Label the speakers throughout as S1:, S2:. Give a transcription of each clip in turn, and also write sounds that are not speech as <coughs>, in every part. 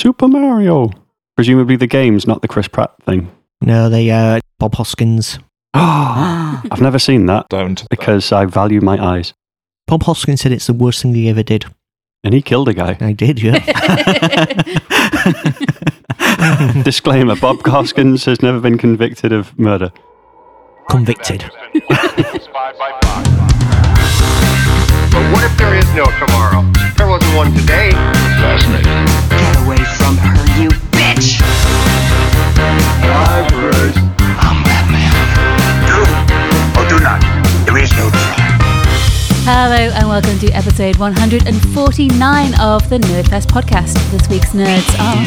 S1: Super Mario. Presumably the games, not the Chris Pratt thing.
S2: No, they uh, Bob Hoskins.
S1: I've never seen that
S3: Don't.
S1: because I value my eyes.
S2: Bob Hoskins said it's the worst thing he ever did.
S1: And he killed a
S2: <laughs>
S1: guy.
S2: I did, yeah.
S1: Disclaimer Bob Hoskins has never been convicted of murder.
S4: <laughs>
S2: Convicted.
S4: But what if there is no tomorrow? There wasn't one today.
S5: Get away from her, you bitch! I'm Batman.
S4: Oh, do not. There is no tomorrow.
S6: Hello and welcome to episode 149 of the Nerdfest podcast. This week's nerds are,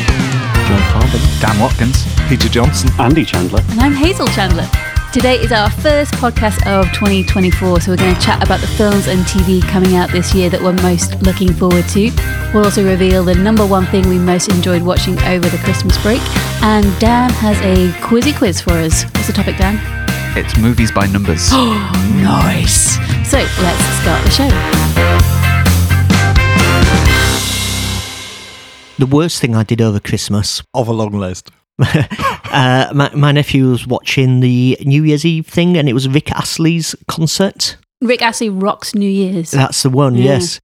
S3: John Carver. Dan Watkins. Peter Johnson.
S1: Andy Chandler.
S6: and I'm Hazel Chandler. Today is our first podcast of 2024, so we're going to chat about the films and TV coming out this year that we're most looking forward to. We'll also reveal the number one thing we most enjoyed watching over the Christmas break, and Dan has a quizzy quiz for us. What's the topic, Dan?
S7: It's movies by numbers.
S6: Nice. So let's start the show.
S2: the worst thing I did over Christmas.
S3: Of a long list.
S2: Uh, my, my nephew was watching the New Year's Eve thing, and it was Rick Astley's concert.
S6: Rick Astley rocks New Year's.
S2: That's the one,
S6: Yeah.
S2: yes.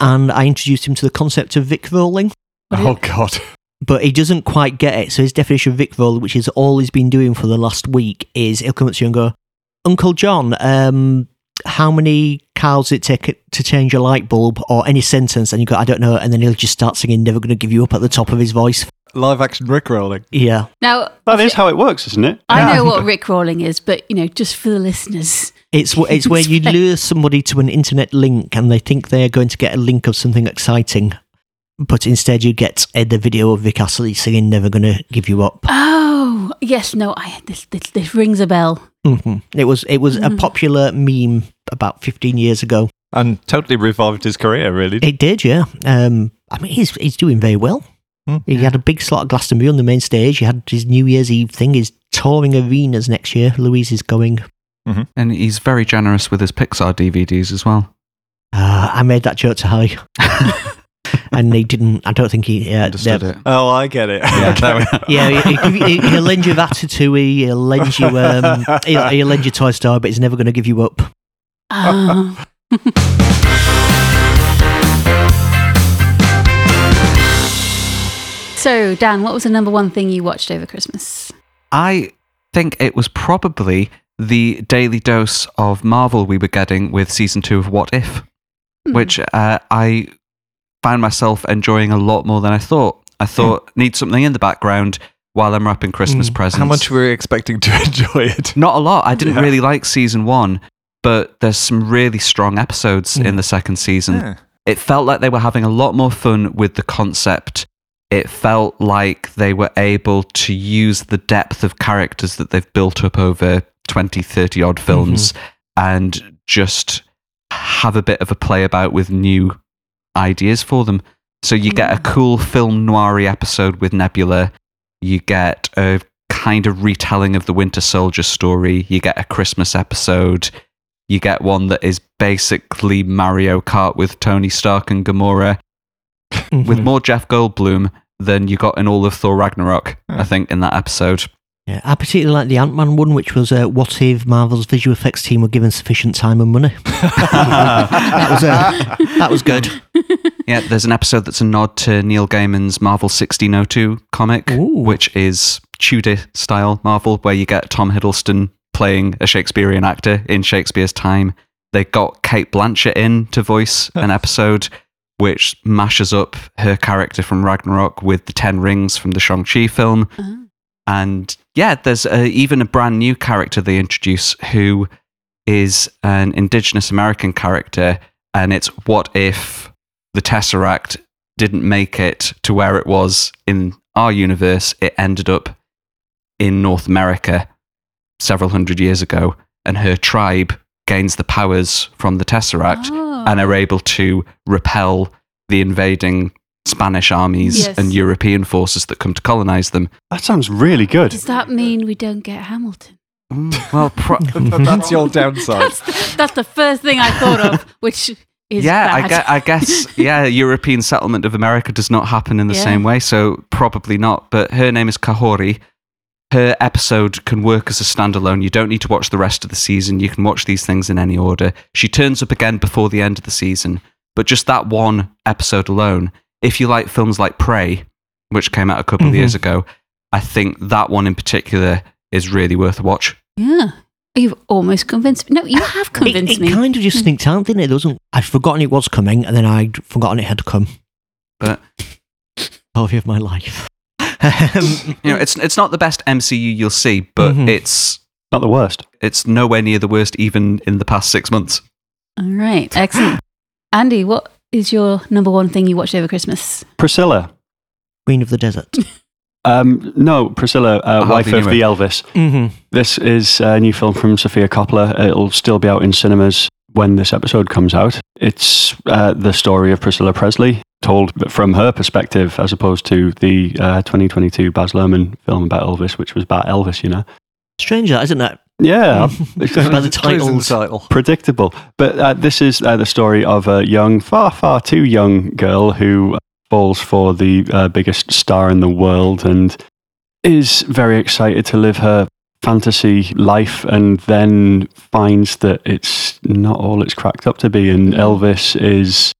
S2: And I introduced him to the concept of Vic rolling,
S3: Oh, God.
S2: but he doesn't quite get it. So his definition of Vic roll, which is all he's been doing for the last week, is he'll come up to you and go, "Uncle John, um, how many cows it take to change a light bulb?" Or any sentence, and you go, "I don't know," and then he'll just start singing "Never Gonna Give You Up" at the top of his voice.
S3: <laughs> Live action rickrolling.
S2: Yeah,
S6: Now,
S1: That is how it works, isn't it?
S6: I know what Rick rolling is, but you know, just for the listeners.
S2: It's wh- it's where you
S6: Explain.
S2: lure somebody to an internet link and they think they're going to get a link of something exciting, but instead you get uh, the video of Vic Astley singing "Never Gonna Give You Up." <laughs>
S6: Oh yes, no, I this this, this rings a bell.
S2: hmm It was it was a popular meme about 15 years ago.
S3: And totally revived his career, really.
S2: It did, yeah. Um, I mean, he's he's doing very well.
S3: Hmm.
S2: He had a big slot at Glastonbury on the main stage. He had his New Year's Eve thing. He's touring arenas next year. Louise is going.
S7: and he's very generous with his Pixar DVDs as well.
S2: Uh, I made that joke to Harry, <laughs> and he didn't. I don't think he uh,
S7: Understood
S2: the-
S7: it.
S3: <laughs> Oh, I get it. <laughs>
S7: Yeah.
S3: Okay.
S2: Yeah, he- he'll, give you- he'll lend you Ratatouille, he'll lend you, um, he'll, he'll lend you Toy Story, but he's never going to give you up.
S6: Ah. so, Dan, what was the number one thing you watched over Christmas?
S7: I think it was probably the daily dose of Marvel we were getting with season two of What If,
S6: Hmm.
S7: which uh, I found myself enjoying a lot more than I thought.
S3: Hmm.
S7: I thought need something in the background while I'm wrapping Christmas
S2: Hmm.
S7: presents.
S3: How much were you expecting to <laughs> enjoy it?
S7: Not a lot. I didn't
S3: Yeah.
S7: really like season one, but there's some really strong episodes
S3: Hmm.
S7: in the second season. it felt like they were having a lot more fun with the concept. It felt like they were able to use the depth of characters that they've built up over 20, 30 odd films and just have a bit of a play about with new ideas for them. So you get a cool film noir episode with Nebula. You get a kind of retelling of the Winter Soldier story. You get a Christmas episode you get one that is basically Mario Kart with Tony Stark and Gamora,
S2: Mhm.
S7: with more Jeff Goldblum than you got in all of Thor Ragnarok, I think, in that episode. <laughs>
S2: Yeah, I particularly like the Ant Man one, which was uh, what if Marvel's visual effects team were given sufficient time and money? that was
S6: <laughs>
S2: uh, that was good.
S7: <laughs> Yeah, there's an episode that's a nod to Neil Gaiman's Marvel 1602 comic,
S2: Ooh.
S7: which is Tudor style Marvel, where you get Tom Hiddleston playing a Shakespearean actor in Shakespeare's time. They got Kate Blanchett in to voice
S2: <laughs>
S7: an episode, which mashes up her character from Ragnarok with the Ten Rings from the Shang-Chi film.
S6: Ah.
S7: And yeah, there's uh even a brand new character they introduce who is an indigenous American character. And it's what if the Tesseract didn't make it to where it was in our universe? It ended up in North America several hundred years ago. And her tribe gains the powers from the Tesseract
S6: Oh.
S7: and are able to repel the invading Spanish armies
S6: Yes.
S7: and European forces that come to colonize them.
S1: That sounds really good.
S6: Does that mean we don't get Hamilton?
S7: Mm, Well, pro-
S3: That's your
S2: <laughs>
S3: downside.
S6: That's the, that's the first thing I thought of, which <laughs> is
S7: yeah,
S6: bad.
S7: I, gue- I
S6: <laughs>
S7: guess. Yeah, European settlement of America does not happen in the
S6: Yeah.
S7: same way, so probably not. But her name is Kahori. Her episode can work as a standalone. You don't need to watch the rest of the season. You can watch these things in any order. She turns up again before the end of the season, but just that one episode alone. If you like films like Prey, which came out a couple of
S6: Mm-hmm.
S2: Mhm.
S7: years ago, I think that one in particular is really worth a watch.
S6: Yeah. You've almost convinced me. No, you have
S2: It, <laughs>
S6: convinced
S2: it
S6: me. Hmm.
S2: kind of just sneaked out, didn't it? Doesn't I'd forgotten it was coming, and then I'd forgotten it had come. <laughs>
S7: But
S2: Story of my life. Um,
S6: <laughs>
S7: you know,
S6: Mm.
S7: it's it's not the best MCU you'll see, but
S6: Mm-hmm.
S2: Mhm.
S7: it's
S1: Not the worst.
S7: it's nowhere near the worst even in the past six months.
S6: All right. <coughs> Excellent. Andy, what is your number one thing you watched over Christmas?
S1: Priscilla.
S2: Queen of the Desert.
S1: Um, no, Priscilla, uh,
S7: hardly
S1: wife of
S7: knew
S1: the
S7: it.
S1: Elvis.
S2: Mm-hmm.
S1: This is a new film from Sophia Coppola. It'll still be out in cinemas when this episode comes out. It's uh, the story of Priscilla Presley, told from her perspective, as opposed to the uh, 2022 Baz Luhrmann film about Elvis, which was about Elvis, you know?
S2: Strange, that isn't it? <laughs>
S1: Yeah,
S2: By the
S3: Clues in the
S2: titles.
S3: title.
S1: predictable. But uh, this is uh, the story of a young, far, far too young girl who uh, falls for the uh, biggest star in the world and is very excited to live her fantasy life and then finds that it's not all it's cracked up to be and Elvis is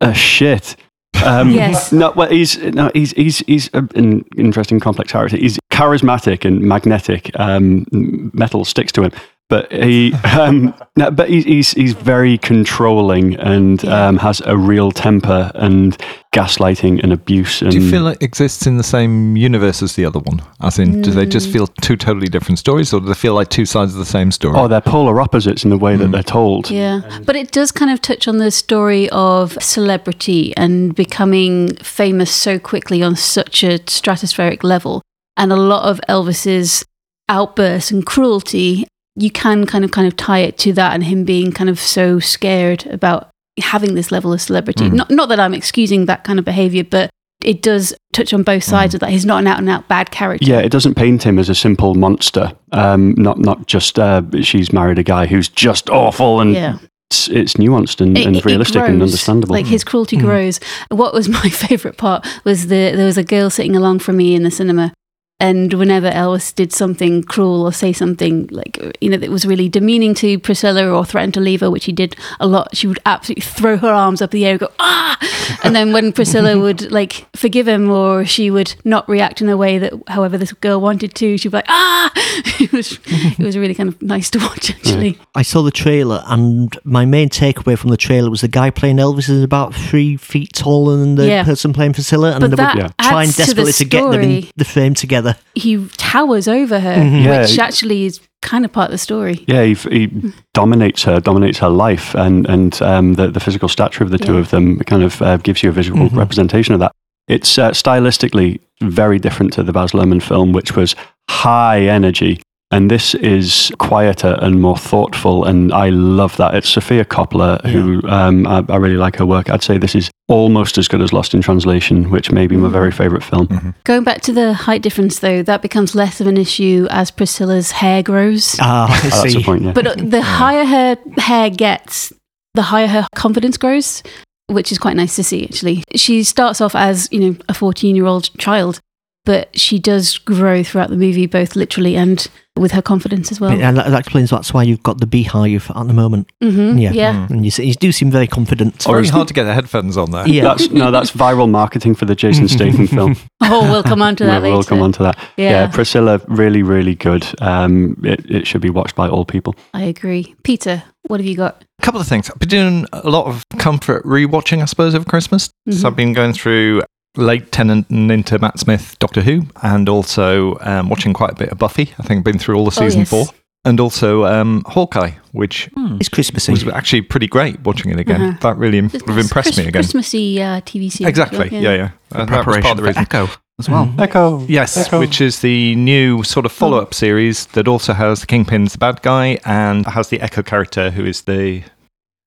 S1: a shit. Um,
S6: Yes.
S1: No, well, he's no, he's he's he's a- an interesting, complex character. He's charismatic and magnetic. Um, metal sticks to him, but
S6: <laughs>
S1: he, um, no, but he's, he's he's very controlling and um, has a real temper and gaslighting and abuse. And
S3: Do
S2: Um,
S3: you feel it exists in the same universe as the other one? As in, do they just feel two totally different stories, or do they feel like two sides of the same story?
S1: oh, they're polar opposites in the way that they're told.
S6: Hmm. Yeah. But it does kind of touch on the story of celebrity and becoming famous so quickly on such a stratospheric level. And a lot of Elvis's outbursts and cruelty, you can kind of kind of tie it to that and him being kind of so scared about having this level of celebrity. Not not that I'm excusing that kind of behavior, but it does touch on both sides of that. He's not an out and out bad character.
S1: Yeah, it doesn't paint him as a simple monster. Um, not not just uh, she's married a guy who's just awful and
S6: Yeah.
S1: it's, it's nuanced and,
S6: It-
S1: and
S6: it- it
S1: realistic and
S6: grows,
S1: understandable. Mm.
S6: Like his cruelty grows. What was <laughs> my favorite part was the there was a girl sitting along from me in the cinema, and whenever Elvis did something cruel or say something like you know that was really demeaning to Priscilla or threatened to leave her, which he did a lot, she would absolutely throw her arms up in the air and go ah, and then
S1: <laughs>
S6: when Priscilla would like forgive him or she would not react in a way that however this girl wanted to, she'd be like ah. <laughs> It was it was really kind of nice to watch actually.
S2: I saw the trailer, and my main takeaway from the trailer was the guy playing Elvis is about three feet taller than the
S6: Yeah.
S2: person playing Priscilla, and
S6: But
S2: they
S6: that
S2: were
S1: Yeah.
S2: trying
S6: adds to the
S2: desperately to, get them in
S6: story.
S2: the
S1: <laughs>
S2: frame together.
S6: he towers over her,
S1: Yeah,
S6: which
S1: he-
S6: actually is kind of part of the story.
S1: Yeah, he, he dominates her, dominates her life, and and um, the the physical stature of the two
S6: Yeah.
S1: of them kind of uh, gives you a visual
S2: Mm-hmm.
S1: representation of that. It's uh, stylistically very different to the Baz Luhrmann film, which was high energy, and this is quieter and more thoughtful. And I love that. It's Sophia Coppola, who um, I, I really like her work. I'd say this is almost as good as Lost in Translation, which may be my
S6: Mm.
S1: very favorite film.
S3: Mm-hmm.
S6: Going back to the height difference, though, that becomes less of an issue as Priscilla's hair grows.
S2: Ah, I
S1: Oh, that's
S2: see.
S1: the point. Yeah.
S6: But uh, the higher her hair gets, the higher her confidence grows, which is quite nice to see, actually. She starts off as, you know, a 14 year old child, but she does grow throughout the movie, both literally and with her confidence as well.
S2: And that, that explains that's why you've got the beehive at the moment.
S6: hmm
S2: Yeah.
S6: yeah.
S1: Mm.
S2: And you, s- you do seem very confident.
S3: it's very hard to get the headphones on there.
S2: yeah.
S1: That's, no, that's viral marketing for the
S2: <laughs>
S1: Jason Statham
S6: <laughs>
S1: film.
S6: Oh, we'll
S1: <laughs>
S6: come on to that
S1: we'll,
S6: later.
S1: we'll come on to that.
S6: Yeah.
S1: Yeah. Priscilla, really, really good. Um, it, it should be watched by all people.
S6: I agree. Peter, what have you got?
S3: A couple of things. I've been doing a lot of comfort rewatching, I suppose, over Christmas.
S6: Mm-hmm.
S3: So I've been going through late Tennant and into Matt Smith, Doctor Who, and also um, watching quite a bit of Buffy. I think I've been through all of
S6: Oh,
S3: season
S6: yes. Hmm.
S3: four. And also um, Hawkeye, which
S2: It's Christmassy.
S3: was actually pretty great watching it again.
S6: Uh-huh.
S3: That really im-
S6: It's
S3: sort of impressed
S6: Christ-
S3: me again.
S6: Christmassy uh, TV series.
S3: Exactly. Yeah, yeah. Uh, that was part
S7: Preparation
S3: of the
S7: for
S3: reason.
S7: Echo as well.
S2: Mm.
S1: Echo.
S3: Yes, which is the new sort of follow
S6: Mm-hmm.
S3: up series that also has the Kingpin's the bad guy and has the Echo character who is the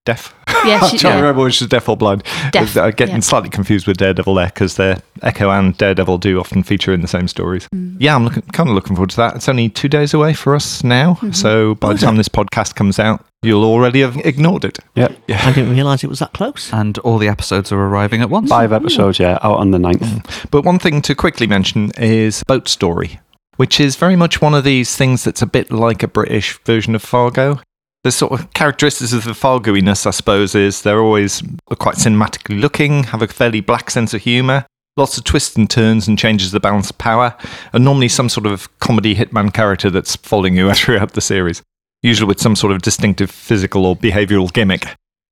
S3: deaf.
S6: Yeah,
S3: I
S6: she-
S3: <laughs> can't
S6: yeah.
S3: remember whether she's deaf or blind.
S6: Deaf,
S3: I'm getting
S6: yeah.
S3: slightly confused with Daredevil there because Echo and Daredevil do often feature in the same stories.
S6: Mm.
S3: Yeah, I'm looking, kind of looking forward to that. It's only two days away for us now.
S6: Mm-hmm.
S3: So by the time this podcast comes out, you'll already have ignored it.
S1: Yep.
S2: I didn't realise it was that close.
S3: Mm-hmm.
S7: and all the episodes are arriving at once.
S1: Five episodes, yeah, out on the 9th.
S3: But one thing to quickly mention is Boat Story, which is very much one of these things that's a bit like a British version of Fargo. The sort of characteristics of the Fargo-iness, I suppose, is they're always quite cinematically looking, have a fairly black sense of humour, lots of twists and turns and changes the balance of power, and normally some sort of comedy hitman character that's following you <laughs> throughout the series, usually with some sort of distinctive physical or behavioural gimmick.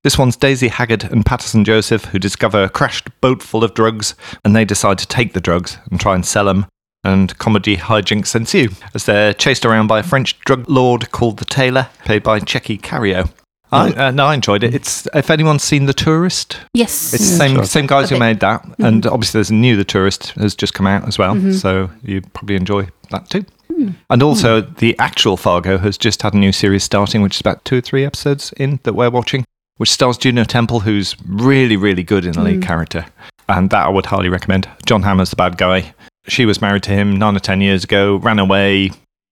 S3: This one's Daisy Haggard and Patterson Joseph, who discover a crashed boat full of drugs, and they decide to take the drugs and try and sell them. And comedy hijinks ensue as they're chased around by a French drug lord called the Tailor, played by Checky Cario. I, uh, no, I enjoyed it. It's if anyone's seen The Tourist,
S6: Yes.
S3: it's the same same guys
S6: Okay.
S3: who made that, and obviously there's a new The Tourist has just come out as well, so you probably enjoy that too. And also the actual Fargo has just had a new series starting, which is about two or three episodes in that we're watching, which stars Juno Temple, who's really really good in the lead character, and that I would highly recommend. John Hammer's the bad guy. She was married to him nine or ten years ago, ran away,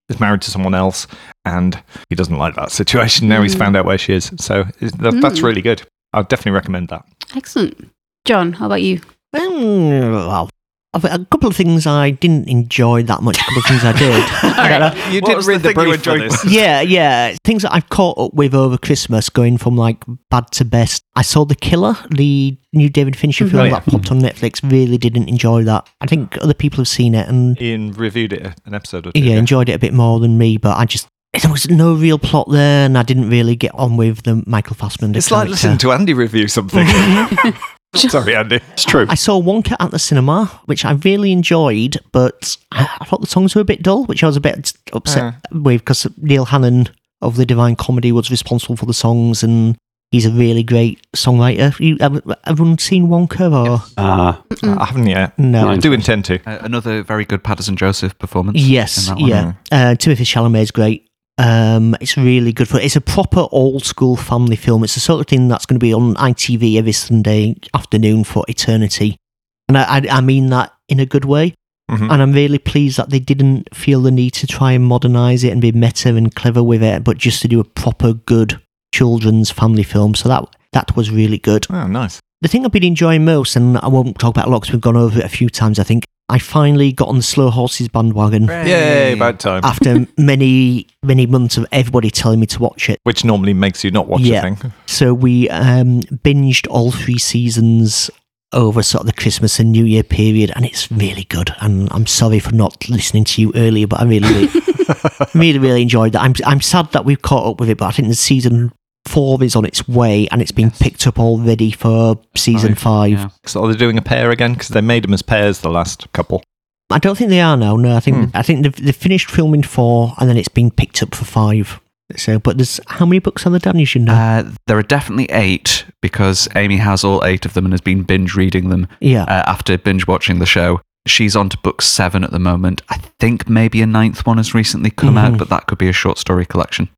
S3: is married to someone else, and he doesn't like that situation. Now he's found out where she is, so it- that, that's
S6: Mm.
S3: really good. I'd definitely recommend that.
S6: Excellent. John, how about you?
S2: Mm, well, I've- a couple of things I didn't enjoy that much. A couple of things I did.
S6: All right.
S3: You
S7: What was the thing you enjoyed
S3: this.
S2: <laughs> yeah, yeah. Things that I've caught up with over Christmas, going from like bad to best. I saw The Killer, the new David Fincher film
S3: Oh, yeah.
S2: that popped on Netflix. Really didn't enjoy that. I think other people have seen it and
S3: Ian reviewed it an episode or two.
S2: yeah, enjoyed it a bit more than me. But I just there was no real plot there, and I didn't really get on with the Michael Fassbender.
S3: It's like
S2: character.
S3: listening to Andy
S2: <laughs>
S3: review something. <laughs> Sorry, Andy.
S1: It's true.
S2: I saw Wonka at the cinema, which I really enjoyed, but I I thought the songs were a bit dull, which I was a bit upset
S3: Uh,
S2: with because Neil Hannon of the Divine Comedy was responsible for the songs, and he's a really great songwriter. You, have everyone seen Wonka? Or
S1: Ah,
S3: I haven't yet.
S2: no?
S3: I do intend to.
S7: Uh, another very good Patterson Joseph performance.
S2: Yes,
S7: in that one.
S2: yeah. Uh, Timothy Chalamet is great. Um, it's really good for it's a proper old school family film. It's the sort of thing that's going to be on ITV every Sunday afternoon for eternity, and I, I, I mean that in a good way.
S7: Mm-hmm.
S3: Mhm.
S2: And I'm really pleased that they didn't feel the need to try and modernise it and be meta and clever with it, but just to do a proper good children's family film. So that that was really good
S3: Oh, nice.
S2: the thing I've been enjoying most, and I won't talk about a lot 'cause we've gone over it a few times, I think, I finally got on the Slow Horses bandwagon
S3: Yay, about time.
S2: after many, many months of everybody telling me to watch it.
S3: Which normally makes you not watch
S2: Yeah.
S3: a thing.
S2: So we um, binged all three seasons over sort of the Christmas and New Year period, and it's really good. And I'm sorry for not listening to you earlier, but I really,
S7: <laughs>
S2: really, really, really enjoyed that. I'm, I'm sad that we've caught up with it, but I think the season four is on its way, and it's been picked up already for season five.
S7: yeah.
S3: So are they doing a pair again? Because they made them as pairs the last couple.
S2: I don't think they are now. No, I think
S7: Hmm.
S2: I think they've, they've finished filming four, and then it's been picked up for five. So, but there's how many books on the Dan? You should know.
S7: Uh, there are definitely eight because Amy has all eight of them and has been binge reading them
S2: yeah,
S7: uh, after binge watching the show. She's on to book seven at the moment. I think maybe a ninth one has recently come out,
S3: Mm-hmm.
S2: Mhm.
S7: but that could be a short story collection.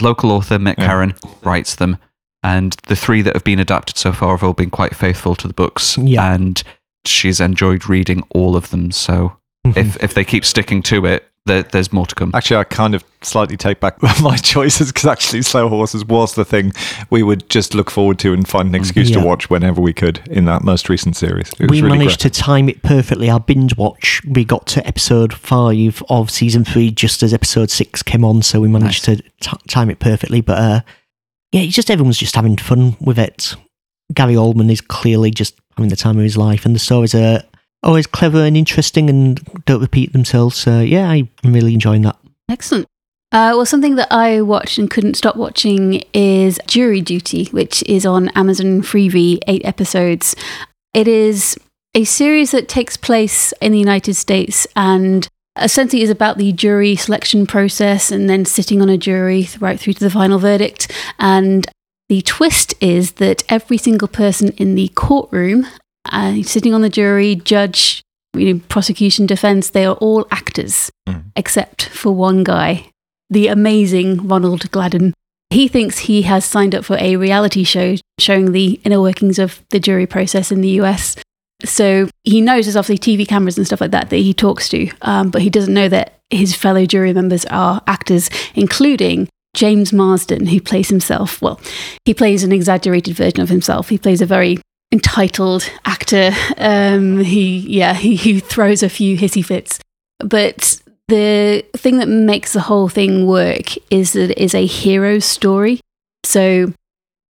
S7: Local author Mick
S3: Yeah.
S7: Herron writes them, and the three that have been adapted so far have all been quite faithful to the books.
S2: Yeah.
S7: And she's enjoyed reading all of them. So if, if they keep sticking to it, there, there's more to come.
S3: Actually, Mm-hmm. I kind of slightly take back <laughs> my choices because actually, Slow Horses was the thing we would just look forward to and find an excuse
S2: Yeah.
S3: to watch whenever we could in that most recent series. It was
S2: we
S3: really
S2: managed
S3: great.
S2: to time it perfectly. Our binge watch, we got to episode five of season three just as episode six came on, so we managed to t- time it perfectly. But uh, yeah, it's just everyone's just having fun with it. Gary Oldman is clearly just having the time of his life, and the stories are always clever and interesting and don't repeat themselves. So yeah, I'm really enjoying that.
S6: Excellent. Uh, well, something that I watched and couldn't stop watching is Jury Duty, which is on Amazon Freebie, eight episodes. It is a series that takes place in the United States and essentially is about the jury selection process and then sitting on a jury th- right through to the final verdict. And the twist is that every single person in the courtroom, uh, sitting on the jury, judge, you know, prosecution, defense, they are all actors except for one guy, the amazing Ronald Gladden, He thinks he has signed up for a reality show showing the inner workings of the jury process in the US. So he knows there's obviously TV cameras and stuff like that that he talks to, um, but he doesn't know that his fellow jury members are actors, including James Marsden, who plays himself. Well, he plays an exaggerated version of himself. He plays a very entitled actor. Um, he, yeah, he, he throws a few hissy fits. But the thing that makes the whole thing work is that it is a hero story. So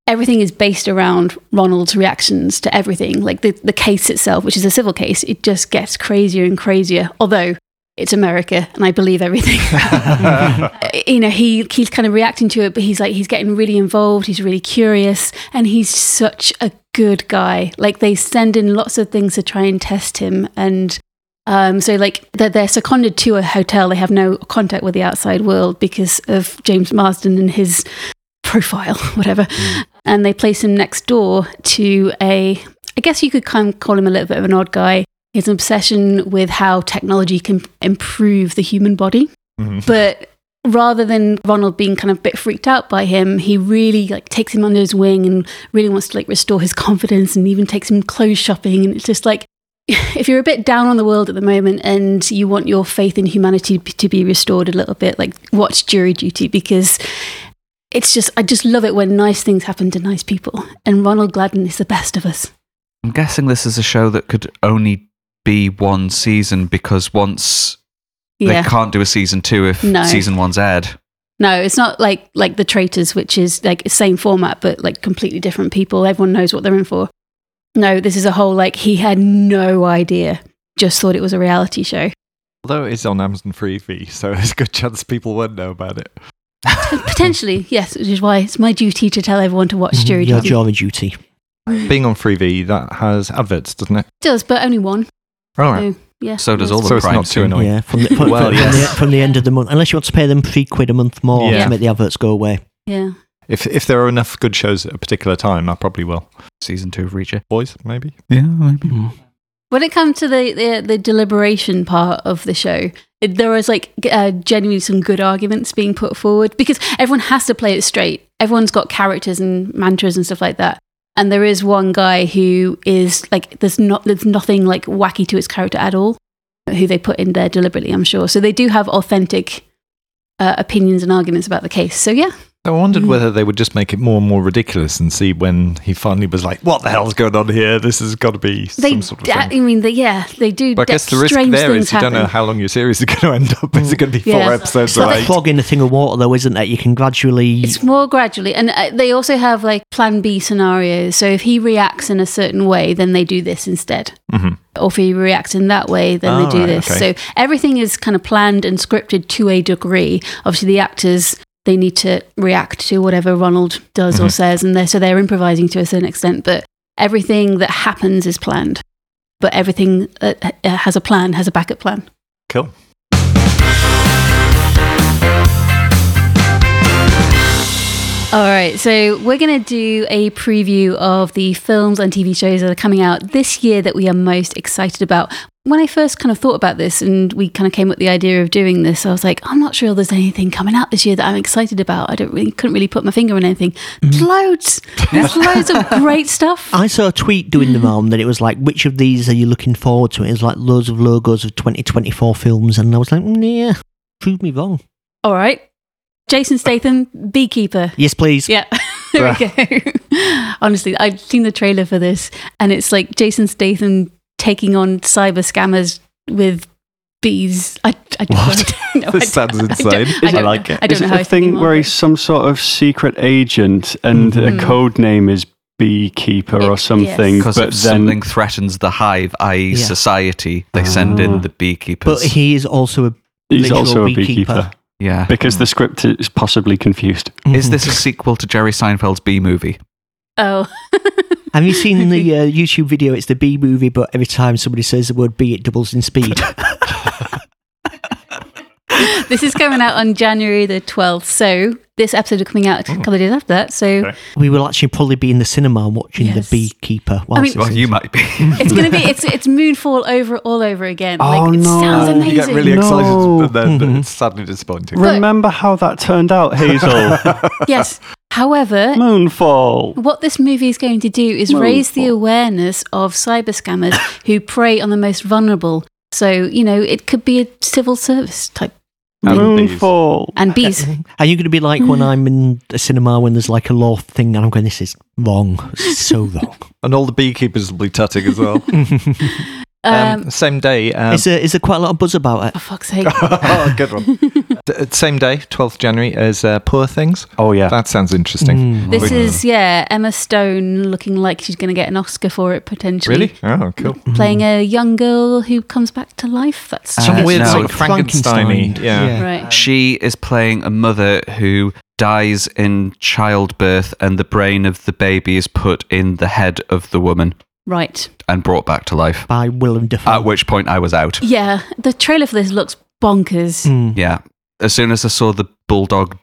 S6: everything is based around Ronald's reactions to everything. Like the, the case itself, which is a civil case, it just gets crazier and crazier. Although it's America and I believe everything.
S3: <laughs>
S6: <laughs>
S2: <laughs>
S6: you know, he he's kind of reacting to it, but he's like he's getting really involved, he's really curious, and he's such a good guy. Like they send in lots of things to try and test him and um, so like they're, they're seconded to a hotel. They have no contact with the outside world because of James Marsden and his profile, <laughs> whatever. And they place him next door to a, I guess you could kind of call him a little bit of an odd guy. He has an obsession with how technology can improve the human body.
S3: Mm-hmm.
S6: But rather than Ronald being kind of a bit freaked out by him, he really like takes him under his wing and really wants to like restore his confidence and even takes him clothes shopping. And it's just like, <laughs> if you're a bit down on the world at the moment and you want your faith in humanity p- to be restored a little bit, like watch Jury Duty because it's just, I just love it when nice things happen to nice people. And Ronald Gladden is the best of us.
S7: I'm guessing this is a show that could only be one season because once
S6: Yeah.
S7: they can't do a season two if
S6: No.
S7: season one's aired.
S6: No, it's not like like the traitors, which is like same format but like completely different people. Everyone knows what they're in for. No, this is a whole like he had no idea. Just thought it was a reality show.
S3: Although it is on Amazon Freevee, <laughs> so there's a good chance people won't know about it.
S6: Potentially, yes, which is why it's my duty to tell everyone to
S3: Mm-hmm.
S6: watch Jury
S2: Your
S6: Duty.
S2: jury
S6: It
S2: duty.
S3: Being on Freevee, that has adverts, doesn't it?
S6: does, but only one.
S3: All right.
S6: So, yeah.
S7: So does all
S3: So
S7: the
S3: it's
S7: prime
S3: not too
S7: soon.
S3: annoying.
S2: Yeah, from the,
S3: <laughs>
S2: from,
S7: Well,
S2: from
S7: yes.
S2: the, from the end of the month, unless you want to pay them three quid a month more
S3: Yeah.
S2: to make the adverts go away.
S6: Yeah.
S3: If, if there are enough good shows at a particular time, I probably will.
S7: Season two of Reacher.
S3: Boys, maybe?
S7: Yeah, maybe.
S6: When it comes to the, the, the deliberation part of the show, it, there was like g- uh, genuinely some good arguments being put forward because everyone has to play it straight. Everyone's got characters and mantras and stuff like that. And there is one guy who is like, there's, not, there's nothing like wacky to his character at all, who they put in there deliberately, I'm sure. So they do have authentic uh, opinions and arguments about the case. So yeah,
S3: So I
S6: Mm.
S3: wondered whether they would just make it more and more ridiculous and see when he finally was like, what the hell's going on here? This has got to be
S6: they,
S3: some sort of
S6: I
S3: thing.
S6: mean, they, yeah, they do.
S3: But I guess the risk
S6: strange
S3: there
S6: things
S3: is you don't know
S6: happen.
S3: how long your series is <laughs> going to end up. Is it going to be four
S6: Yeah.
S3: episodes
S2: It's
S3: or
S2: like
S3: eight?
S2: flogging a thing of water, though, isn't it? You can gradually.
S6: It's more gradually, and uh, they also have like Plan B scenarios. So if he reacts in a certain way, then they do this instead. <laughs>
S3: Mhm.
S6: Or if he reacts in that way, then
S3: Oh,
S6: they do
S3: right,
S6: this.
S3: okay.
S6: So everything is kind of planned and scripted to a degree. Obviously, the actors they need to react to whatever Ronald does or
S3: Mhm.
S6: says, and they're so they're improvising to a certain extent. But everything that happens is planned. But everything uh, h- has a plan, has a backup plan.
S3: Cool.
S6: All right, so we're going to do a preview of the films and TV shows that are coming out this year that we are most excited about. When I first kind of thought about this and we kind of came up with the idea of doing this, I was like, I'm not sure there's anything coming out this year that I'm excited about. I don't really couldn't really put my finger on anything. There's loads. There's
S2: <laughs>
S6: loads of <laughs> great stuff.
S2: I saw a tweet doing the round that it was like, which of these are you looking forward to? It was like loads of logos of 2024 films, and I was like, mm, yeah, prove me wrong.
S6: All right. Jason Statham, Beekeeper.
S2: Yes, please.
S6: Yeah, <laughs> there we go. Honestly, I've seen the trailer for this, and it's like Jason Statham taking on cyber scammers with bees. I, I
S3: What?
S6: don't know. <laughs>
S3: This
S6: I don't-
S3: sounds
S6: I don't-
S3: insane. I
S6: don't-
S3: like it.
S6: I don't
S1: is
S6: know
S1: it
S6: how I
S1: the
S6: feel
S1: thing
S6: about
S1: where
S6: it.
S1: he's some sort of secret agent and
S6: Mhm.
S1: a code name is beekeeper
S6: It-
S1: or
S6: yes.
S1: something?
S7: Because if
S1: but
S7: something
S1: then
S7: threatens the hive, i.e.,
S2: Yeah.
S7: society, they send
S1: Ah.
S7: in the
S2: But
S7: beekeepers.
S2: he is also a.
S1: he's
S2: literal
S1: also a
S2: beekeeper.
S1: beekeeper
S7: yeah.
S1: because the script is possibly confused.
S7: <laughs>
S2: <laughs>
S7: Is this a sequel to Jerry Seinfeld's Bee Movie?
S6: Oh, <laughs>
S2: Have you seen the uh, YouTube video? It's the B movie, but every time somebody says the word B, it doubles in speed.
S6: this is coming out on January the twelfth. So this episode is coming out a couple of days after that. So
S2: we will actually probably be in the cinema watching
S6: Yes.
S2: the Beekeeper. Whilst
S6: I mean-
S2: it's
S7: Well,
S2: in-
S7: you might be.
S6: it's
S7: <laughs>
S6: gonna be it's it's Moonfall over all over again.
S1: Oh,
S6: like, it
S1: no.
S6: sounds
S1: You
S6: amazing.
S3: Uh, You get really
S1: <laughs>
S3: excited,
S1: No.
S3: and then
S2: Mhm.
S3: it's sadly
S2: <laughs>
S3: disappointing.
S1: Remember how that turned out, Hazel?
S6: yes, However,
S1: <laughs> Moonfall.
S6: what this movie is going to do is raise the awareness of cyber scammers <laughs> who prey on the most vulnerable. So, you know, it could be a civil service type
S3: And these.
S1: Moonfall.
S6: and bees. Mm.
S2: Are you going to be like when I'm in a cinema when there's like a law thing and I'm going, this is wrong, It's
S6: <laughs>
S2: so wrong?
S3: And all the beekeepers will be tutting as
S2: <laughs>
S3: well.
S6: Um,
S3: um, same day. Um, <laughs>
S2: is, there, is there quite a lot of buzz about
S6: for
S2: it?
S6: fuck's sake.
S3: oh,
S2: <laughs>
S3: good one. D- same day, 12th January, as uh, Poor Things.
S1: Oh, yeah.
S3: That sounds
S2: Mm.
S3: interesting.
S6: <laughs> This
S3: Like-
S6: is, yeah, Emma Stone looking like she's going to get an Oscar for it potentially.
S3: Really? Oh, cool.
S2: Hmm.
S6: Mm. Playing a young girl who comes back to life. That's
S7: Uh,
S3: Some weird
S7: no.
S3: sort of Frankenstein.
S2: Frankenstein.
S3: Yeah.
S2: Yeah.
S6: right.
S7: She is playing a mother who dies in childbirth, and the brain of the baby is put in the head of the woman
S6: Right.
S7: and brought back to life.
S2: By Willem Dafoe.
S7: At which point, I was out.
S6: Yeah. The trailer for this looks bonkers.
S2: Hmm.
S7: Yeah. As soon as I saw the bulldog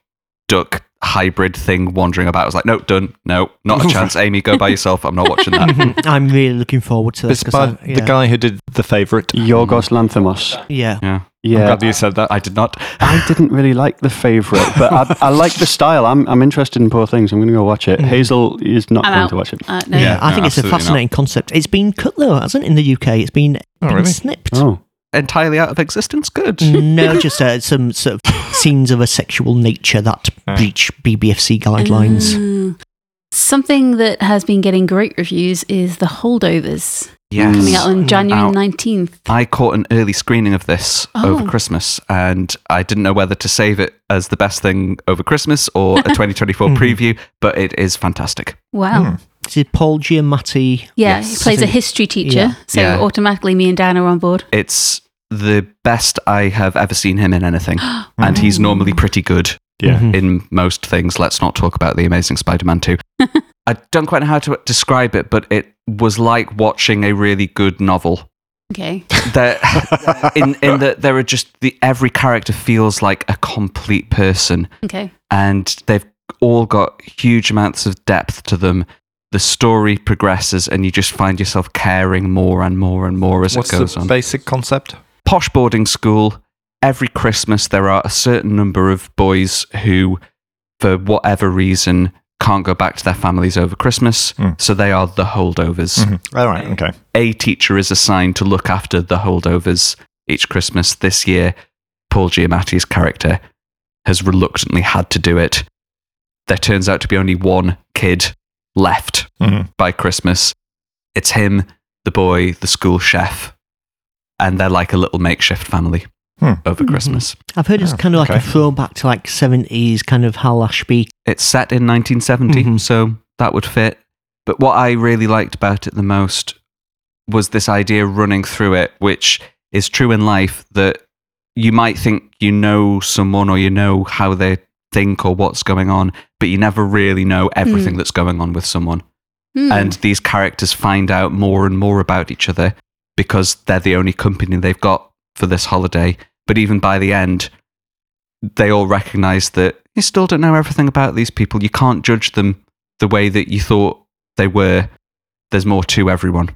S7: duck hybrid thing wandering about, I was like, no, done. No, not a chance. Amy, go by yourself. I'm not watching that.
S2: Mhm. I'm really looking forward to this.
S3: It's
S2: 'cause
S3: by
S2: I- yeah.
S3: the guy who did The Favourite.
S1: Yorgos Lanthimos.
S2: Yeah.
S7: Yeah.
S3: I'm
S1: Yeah.
S3: glad you said that.
S7: I did not.
S1: I didn't really like the favourite, but I, I like the style. I'm, I'm interested in Poor Things. I'm going to go watch it. Hazel is not
S6: Mm. I'm
S1: going
S6: out.
S1: to watch it.
S6: Uh, no.
S7: Yeah.
S2: I think
S7: no,
S2: it's a
S7: absolutely not.
S2: fascinating concept. It's been cut though, hasn't it, in the UK? It's been,
S3: Oh,
S2: been
S3: really?
S2: snipped. <laughs>
S1: Oh.
S7: Entirely out of existence. Good.
S6: Mm.
S2: no, just uh, some sort of scenes of a sexual nature that
S3: Ah.
S2: breach BBFC guidelines.
S6: Mm. Something that has been getting great reviews is The Holdovers,
S7: Yes.
S6: coming out on January
S7: Mm. Out.
S6: 19th.
S7: I caught an early screening of this
S6: Oh.
S7: over Christmas, and I didn't know whether to save it as the best thing over Christmas or a
S6: <laughs>
S7: 2024
S6: Mm.
S7: preview, but it is fantastic.
S2: Oh.
S6: Wow.
S3: Hmm.
S2: This is Paul Giamatti.
S6: Yeah,
S7: Hmm. Yes.
S6: he plays a
S2: I think-
S6: history teacher.
S2: yeah.
S6: So
S7: Yeah.
S6: automatically me and Dan are on board.
S7: It's the best I have ever seen him in
S6: <gasps>
S7: anything,
S3: Hmm.
S7: and
S6: Mm.
S7: he's normally pretty good
S3: Yeah.
S2: Mhm.
S7: in most things. Let's not talk about The Amazing Spider Man
S6: <laughs>
S7: 2. I don't quite know how to describe it, but it was like watching a really good novel. <laughs>
S6: Okay.
S3: <laughs>
S7: there in in that there are just the every character feels like a complete person
S6: Okay.
S7: and they've all got huge amounts of depth to them the story progresses and you just find yourself caring more and more and more as
S3: What's
S7: it goes
S3: the
S7: on
S3: basic concept?
S7: posh boarding school every christmas there are a certain number of boys who for whatever reason can't go back to their families over christmas
S3: Mm.
S7: so they are the holdovers
S2: Mm-hmm.
S3: All right. Okay.
S7: a teacher is assigned to look after the holdovers each Christmas. This year, Paul Giamatti's character has reluctantly had to do it. There turns out to be only one kid left
S3: Mhm.
S7: by Christmas. It's him, the boy, the school chef, and they're like a little makeshift family
S3: Hmm.
S7: over Christmas.
S2: I've heard it's
S3: Oh,
S2: kind of like
S3: okay.
S2: a throwback to like 70s kind of Hal Ashby.
S7: It's set in 1970,
S2: Mhm.
S7: so that would fit. But what I really liked about it the most was this idea running through it, which is true in life that you might think you know someone or you know how they think or what's going on, but you never really know everything that's going on with someone.
S6: Hmm.
S7: And these characters find out more and more about each other because they're the only company they've got for this holiday. But even by the end, they all recognize that you still don't know everything about these people. You can't judge them the way that you thought they were. There's more to everyone.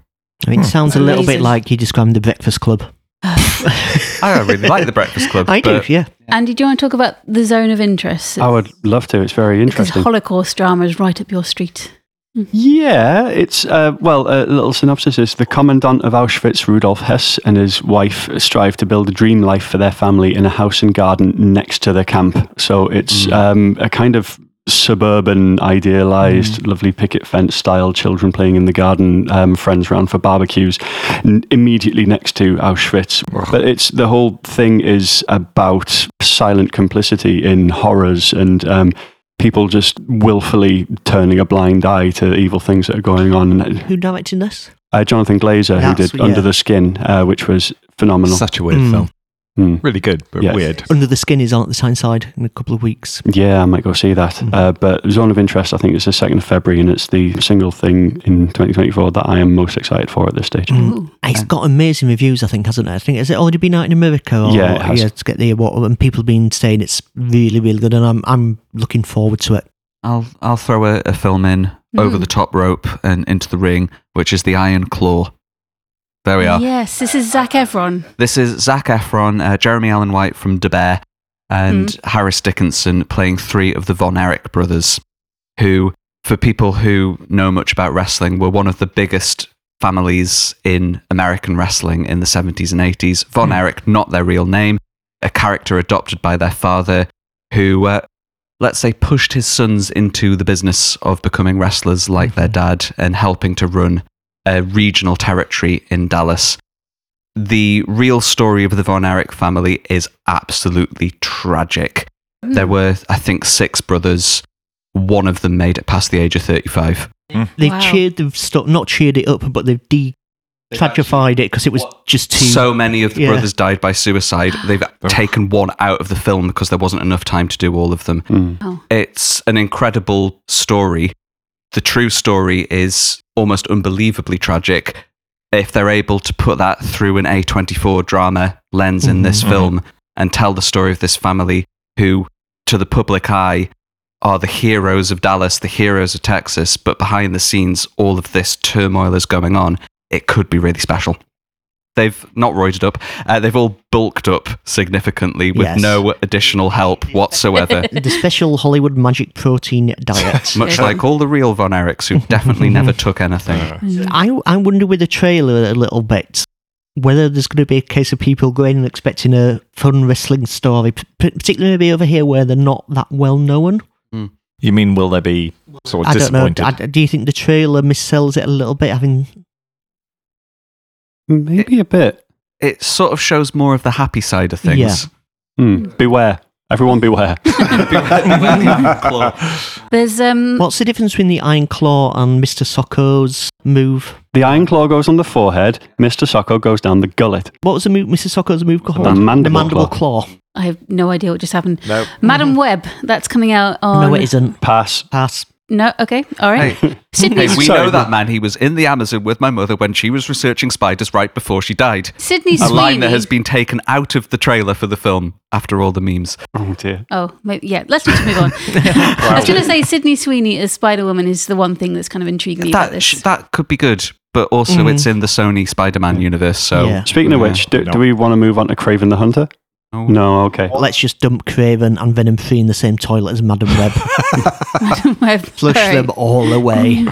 S2: I
S7: Hmm.
S2: mean, it sounds a little bit
S6: Amazing.
S2: like you described the Breakfast Club.
S7: <laughs> I really like The Breakfast Club.
S2: I do,
S7: but
S2: yeah.
S6: Andy, do you want to talk about the zone of interest?
S7: Oh,
S1: I would love to. It's very
S6: because
S1: interesting.
S6: Holocaust drama is right up your street.
S1: Yeah, it's uh, well. A little synopsis is the commandant of Auschwitz, Rudolf Hess, and his wife strive to build a dream life for their family in a house and garden next to their camp. So it's um, a kind of suburban, idealized, lovely picket fence style. Children playing in the garden, um, friends round for barbecues, n- immediately next to Auschwitz. But it's the whole thing is about silent complicity in horrors and. Um, people just willfully turning a blind eye to evil things that are going on.
S2: Who directed this?
S1: Uh, Jonathan Glazer, who
S2: That's-
S1: did Under
S2: yeah.
S1: the Skin, uh, which was phenomenal.
S3: Such a weird
S2: Mm.
S3: film.
S1: Mm.
S3: Really good, but
S1: Yes.
S3: weird.
S2: Under the Skin is on at the Tyneside in a couple of weeks.
S1: yeah, I might go see that.
S2: Mm.
S1: Uh, but Zone of Interest, I think it's the 2nd of February, and it's the single thing in 2024 that I am most excited for at this stage.
S2: Mm.
S6: Ooh.
S2: It's
S7: And-
S2: got amazing reviews, I think, hasn't it? I think has it already been out in America? Or,
S1: Yeah, it has.
S2: to get the award, and people have been saying it's really, really good, and I'm I'm looking forward to it.
S7: I'll, I'll throw a, a film in over
S6: Mm.
S7: the top rope and into the ring, which is The Iron Claw. There we are.
S6: Yes, this is Zach Efron.
S7: This is Zach Efron, uh, Jeremy Allen White from De Bear, and Harris Dickinson playing three of the Von Erich brothers. who, for people who know much about wrestling, were one of the biggest families in American wrestling in the 70s and 80s. Von Erich, not their real name, a character adopted by their father who, uh, let's say, pushed his sons into the business of becoming wrestlers like their dad and helping to run a regional territory in Dallas the real story of the Von Erich family is absolutely tragic.
S6: Hmm.
S7: There were, I think, six brothers. One of them made it past the age of 35.
S2: They've
S6: Wow.
S2: cheered the stuff, not cheered it up, but they've de tragified it because it was just too.
S7: So many of the
S2: Yeah.
S7: brothers died by suicide. They've taken one out of the film because there wasn't enough time to do all of them.
S1: Mm.
S6: Oh.
S7: It's an incredible story. The true story is almost unbelievably tragic. If they're able to put that through an A24 drama lens in this
S3: Mhm.
S7: film and tell the story of this family who, to the public eye, are the heroes of Dallas, the heroes of Texas, but behind the scenes, all of this turmoil is going on, it could be really special. They've not roided up, uh, they've all bulked up significantly with
S2: Yes.
S7: no additional help whatsoever.
S6: <laughs>
S2: the special Hollywood magic protein
S7: <laughs>
S2: diet.
S7: Much
S6: Yeah.
S7: like all the real Von Erichs who definitely never took anything.
S3: <laughs>
S6: Hmm.
S2: I, I wonder with the trailer a little bit whether there's going to be a case of people going and expecting a fun wrestling story, p- p- particularly maybe over here where they're not that well known.
S3: You mean will they be sort of
S2: I don't know. <laughs>
S3: disappointed?
S2: I- do you think the trailer missells it a little bit? Having
S1: Maybe a bit.
S7: It sort of shows more of the happy side of things.
S2: Yeah.
S1: Mm. Beware. Everyone
S2: <laughs>
S1: beware.
S7: <laughs>
S6: There's um
S2: what's the difference between the Iron Claw and Mister Socko's move?
S1: the iron claw goes on the forehead. Mr. Socko goes down the gullet.
S2: What was the move? Mister Socko's move called?
S1: The
S2: the
S1: mandible
S2: mandible claw.
S6: I have no idea what just happened.
S3: No.
S6: Madam
S7: Mm-hmm.
S6: Web, that's coming out on
S2: No, it isn't.
S1: Pass.
S2: Pass.
S6: No, okay, all right.
S7: Hey,
S6: Sydney's
S7: hey, we
S1: Sorry.
S7: know that man. He was in the Amazon with my mother when she was researching spiders right before she died.
S6: Sydney
S7: A
S6: Sweeney.
S7: line that has been taken out of the trailer for the film after all the memes.
S1: Oh dear.
S6: Oh, maybe, yeah. Let's just
S7: <laughs>
S6: move on. I was going to say Sydney Sweeney as Spider Woman is the one thing that's kind of intrigued me about
S7: That, sh-
S6: this.
S7: that could be good, but also it's in the Sony Spider Man universe, so.
S2: Yeah.
S1: Speaking of
S7: Mm. Yeah.
S1: which, do,
S3: No.
S1: do we want to move on to Craven the Hunter?
S7: No.
S1: No, okay.
S2: Let's just dump Craven and Venom Three in the same toilet as Madam
S3: <laughs>
S2: Web.
S6: <laughs> Web.
S2: Flush
S6: All right.
S2: them all away.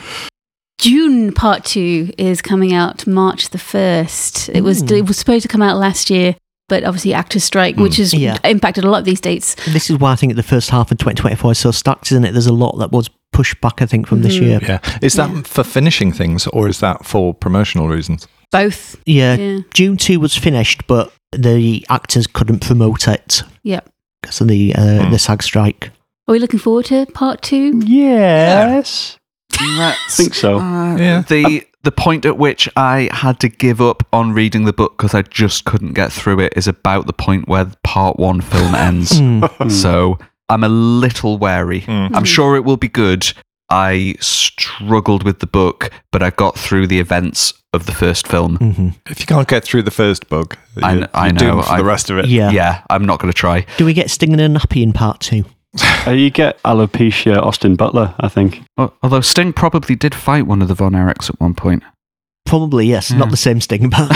S6: June Part Two is coming out March the first. It was it was supposed to come out last year, but obviously actors strike, which has
S2: Yeah.
S6: impacted a lot of these dates.
S2: This is why I think the first half of 2024 is so stacked, isn't it? There's a lot that was pushed back, I think, from this
S6: Mm-hmm.
S2: year.
S3: yeah. Is that for finishing things or is that for promotional reasons?
S6: Both,
S2: Yeah.
S6: Yeah.
S2: June 2 was finished, but the actors couldn't promote it
S6: yeah.
S2: because of the, uh,
S7: Hmm.
S2: the SAG strike.
S6: Are we looking forward to Part Two?
S1: Yes.
S7: Mm,
S1: I think so.
S3: Yeah.
S7: The the point at which I had to give up on reading the book because I just couldn't get through it is about the point where the part one film ends.
S2: <laughs>
S6: Mm.
S1: Hmm.
S7: <laughs> so I'm a little wary. I'm sure it will be good. I struggled with the book, but I got through the events of the first film.
S2: Mm-hmm.
S3: If you can't get through the first bug,
S7: I
S3: you're,
S7: kn- I
S3: you're
S7: know,
S3: doomed for
S7: I-
S3: the rest of it.
S2: Yeah.
S7: Yeah, I'm not going to try.
S2: Do we get Sting and a Nappy in part two?
S1: Uh, you get alopecia Austin Butler, I think.
S7: Al- Although Sting probably did fight one of the Von Erichs at one point.
S2: Probably, yes.
S7: Hmm.
S2: Not the same Sting, but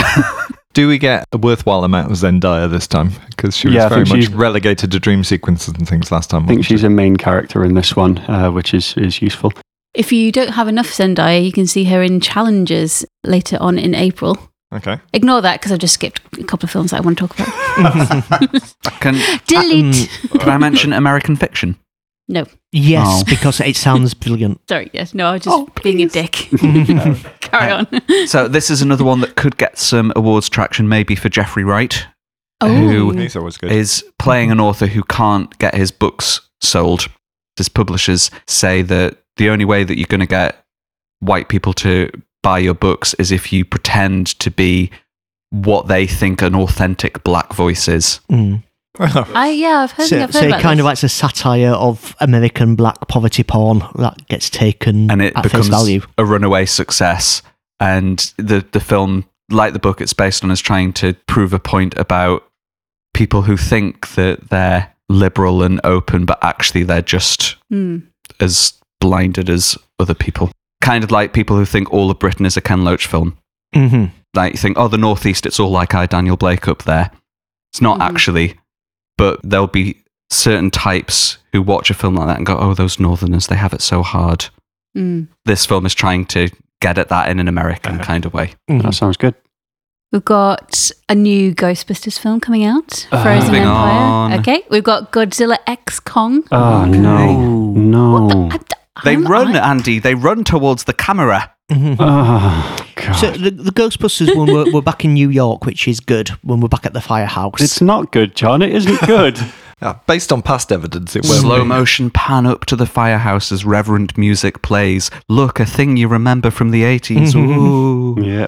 S7: <laughs>
S2: <laughs>
S3: Do we get a worthwhile amount of Zendaya this time? Because she was
S1: Yeah, I
S3: very
S1: think
S3: much
S1: she's-
S3: relegated to dream sequences and things last time.
S1: I think
S3: wasn't
S1: she's
S3: she?
S1: a main character in this one, uh, which is, is useful.
S6: If you don't have enough Zendaya, you can see her in Challengers later on in April.
S3: Okay.
S6: Ignore that because I've just skipped a couple of films that I want to talk about.
S7: Can,
S6: Delete.
S7: can I mention American Fiction?
S6: no,
S2: yes,
S7: Oh.
S2: because it sounds brilliant.
S6: sorry. Yes, no. I was just
S2: Oh,
S6: being
S2: <laughs>
S6: a dick. Carry on.
S7: So this is another one that could get some awards traction, maybe for Jeffrey Wright, <laughs>
S2: Oh.
S7: who
S3: He's always good.
S7: is playing an author who can't get his books sold. His publishers say that the only way that you're going to get white people to buy your books is if you pretend to be what they think an authentic black voice is.
S2: Mm.
S6: I yeah, I've heard.
S2: So,
S6: I've heard
S2: so it
S6: about
S2: kind
S6: this.
S2: of acts a satire of American black poverty porn that gets taken
S7: and it
S2: at
S7: becomes
S2: face value.
S7: a runaway success. And the the film, like the book it's based on, is trying to prove a point about people who think that they're liberal and open, but actually they're just
S6: Hmm.
S7: as blinded as other people. Kind of like people who think all of Britain is a Ken Loach film.
S2: hmm
S7: Like you think, oh, the
S2: Mm-hmm.
S7: Northeast, it's all like I, Daniel Blake up there. It's not
S6: Mhm.
S7: actually, but there'll be certain types who watch a film like that and go, oh, those Northerners, they have it so hard.
S6: Mm.
S7: This film is trying to get at that in an American
S3: Uh-huh.
S7: kind of way.
S2: Mm-hmm.
S1: That sounds good.
S6: We've got a new Ghostbusters film coming out,
S1: Uh,
S6: Frozen
S7: Moving
S6: Empire.
S7: on.
S6: Okay, we've got Godzilla X Kong.
S1: Oh, no.
S2: Ooh.
S1: No.
S6: I- I-
S7: They
S6: I'm-
S7: run,
S6: Oh, I-
S7: Andy, they run towards the camera.
S2: Mhm.
S1: Oh, God.
S2: So the, the Ghostbusters one, we're, we're back in New York, which is good when we're back at the firehouse.
S1: it's not good, John. It isn't good.
S3: Uh, based on past evidence, it will
S7: Slow motion pan up to the firehouse as reverent music plays. Look, a thing you remember from
S3: <laughs>
S7: the 80s. Ooh.
S1: <laughs> yeah.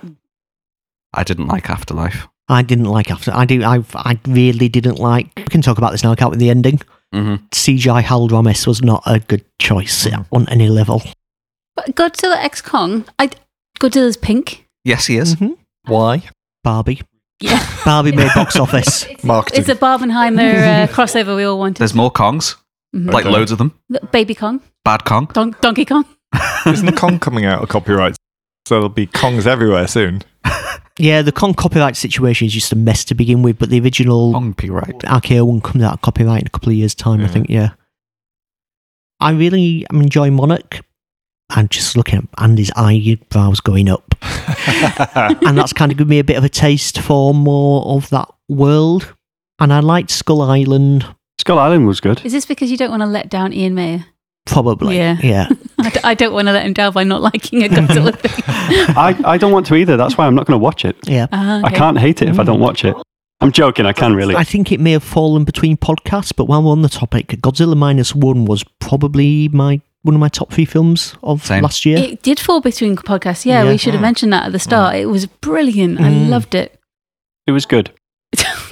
S7: I didn't like Afterlife.
S2: I didn't like after. I do. I I really didn't like. We can talk about this now. Can't with the ending.
S7: Mm-hmm.
S2: CGI Harold Ramis was not a good choice on any level.
S6: But Godzilla X Kong. I Godzilla's pink.
S7: Yes, he is.
S2: Mhm.
S3: Why?
S2: Barbie.
S6: <laughs> Yeah.
S2: Barbie made
S1: <laughs>
S2: box office.
S7: <laughs>
S3: Marketing.
S6: It's a Barbenheimer uh,
S2: <laughs>
S6: crossover we all wanted.
S7: There's more Kongs,
S6: Mhm.
S7: like loads of them.
S6: Look, Baby Kong,
S7: Bad Kong.
S6: Don- Donkey Kong.
S3: Isn't Kong coming out of copyright? So there'll be Kongs everywhere soon.
S2: Yeah, the con copyright situation is just a mess to begin with, but the original
S7: Kong be right.
S3: <laughs>
S2: RKO one comes out of copyright in a couple of years' time, I think. Yeah. I really am enjoying Monarch. I'm just looking at Andy's eyebrows going up. and that's kind of given me a bit of a taste for more of that world. And I liked Skull Island,
S1: Skull Island was good.
S6: Is this because you don't want to let down Ian Mayer? <laughs>
S2: probably.
S6: Yeah.
S2: Yeah.
S6: I d- I don't want to let him down by not liking a
S7: <laughs>
S6: Godzilla thing.
S1: I, I don't want to either. That's why I'm not going to watch it.
S2: yeah.
S6: Ah,
S1: I
S6: okay.
S1: can't hate it if I don't watch it. I'm joking. I can really.
S2: I think it may have fallen between podcasts, but while we're on the topic, Godzilla Minus One was probably my one of my top three films of
S7: Same.
S2: last year.
S6: It did fall between podcasts. Yeah,
S2: Yeah.
S6: we
S7: Oh.
S6: should have mentioned that at the start. It was brilliant. I
S2: Mm.
S6: loved it. <laughs> Oh,
S1: It was good.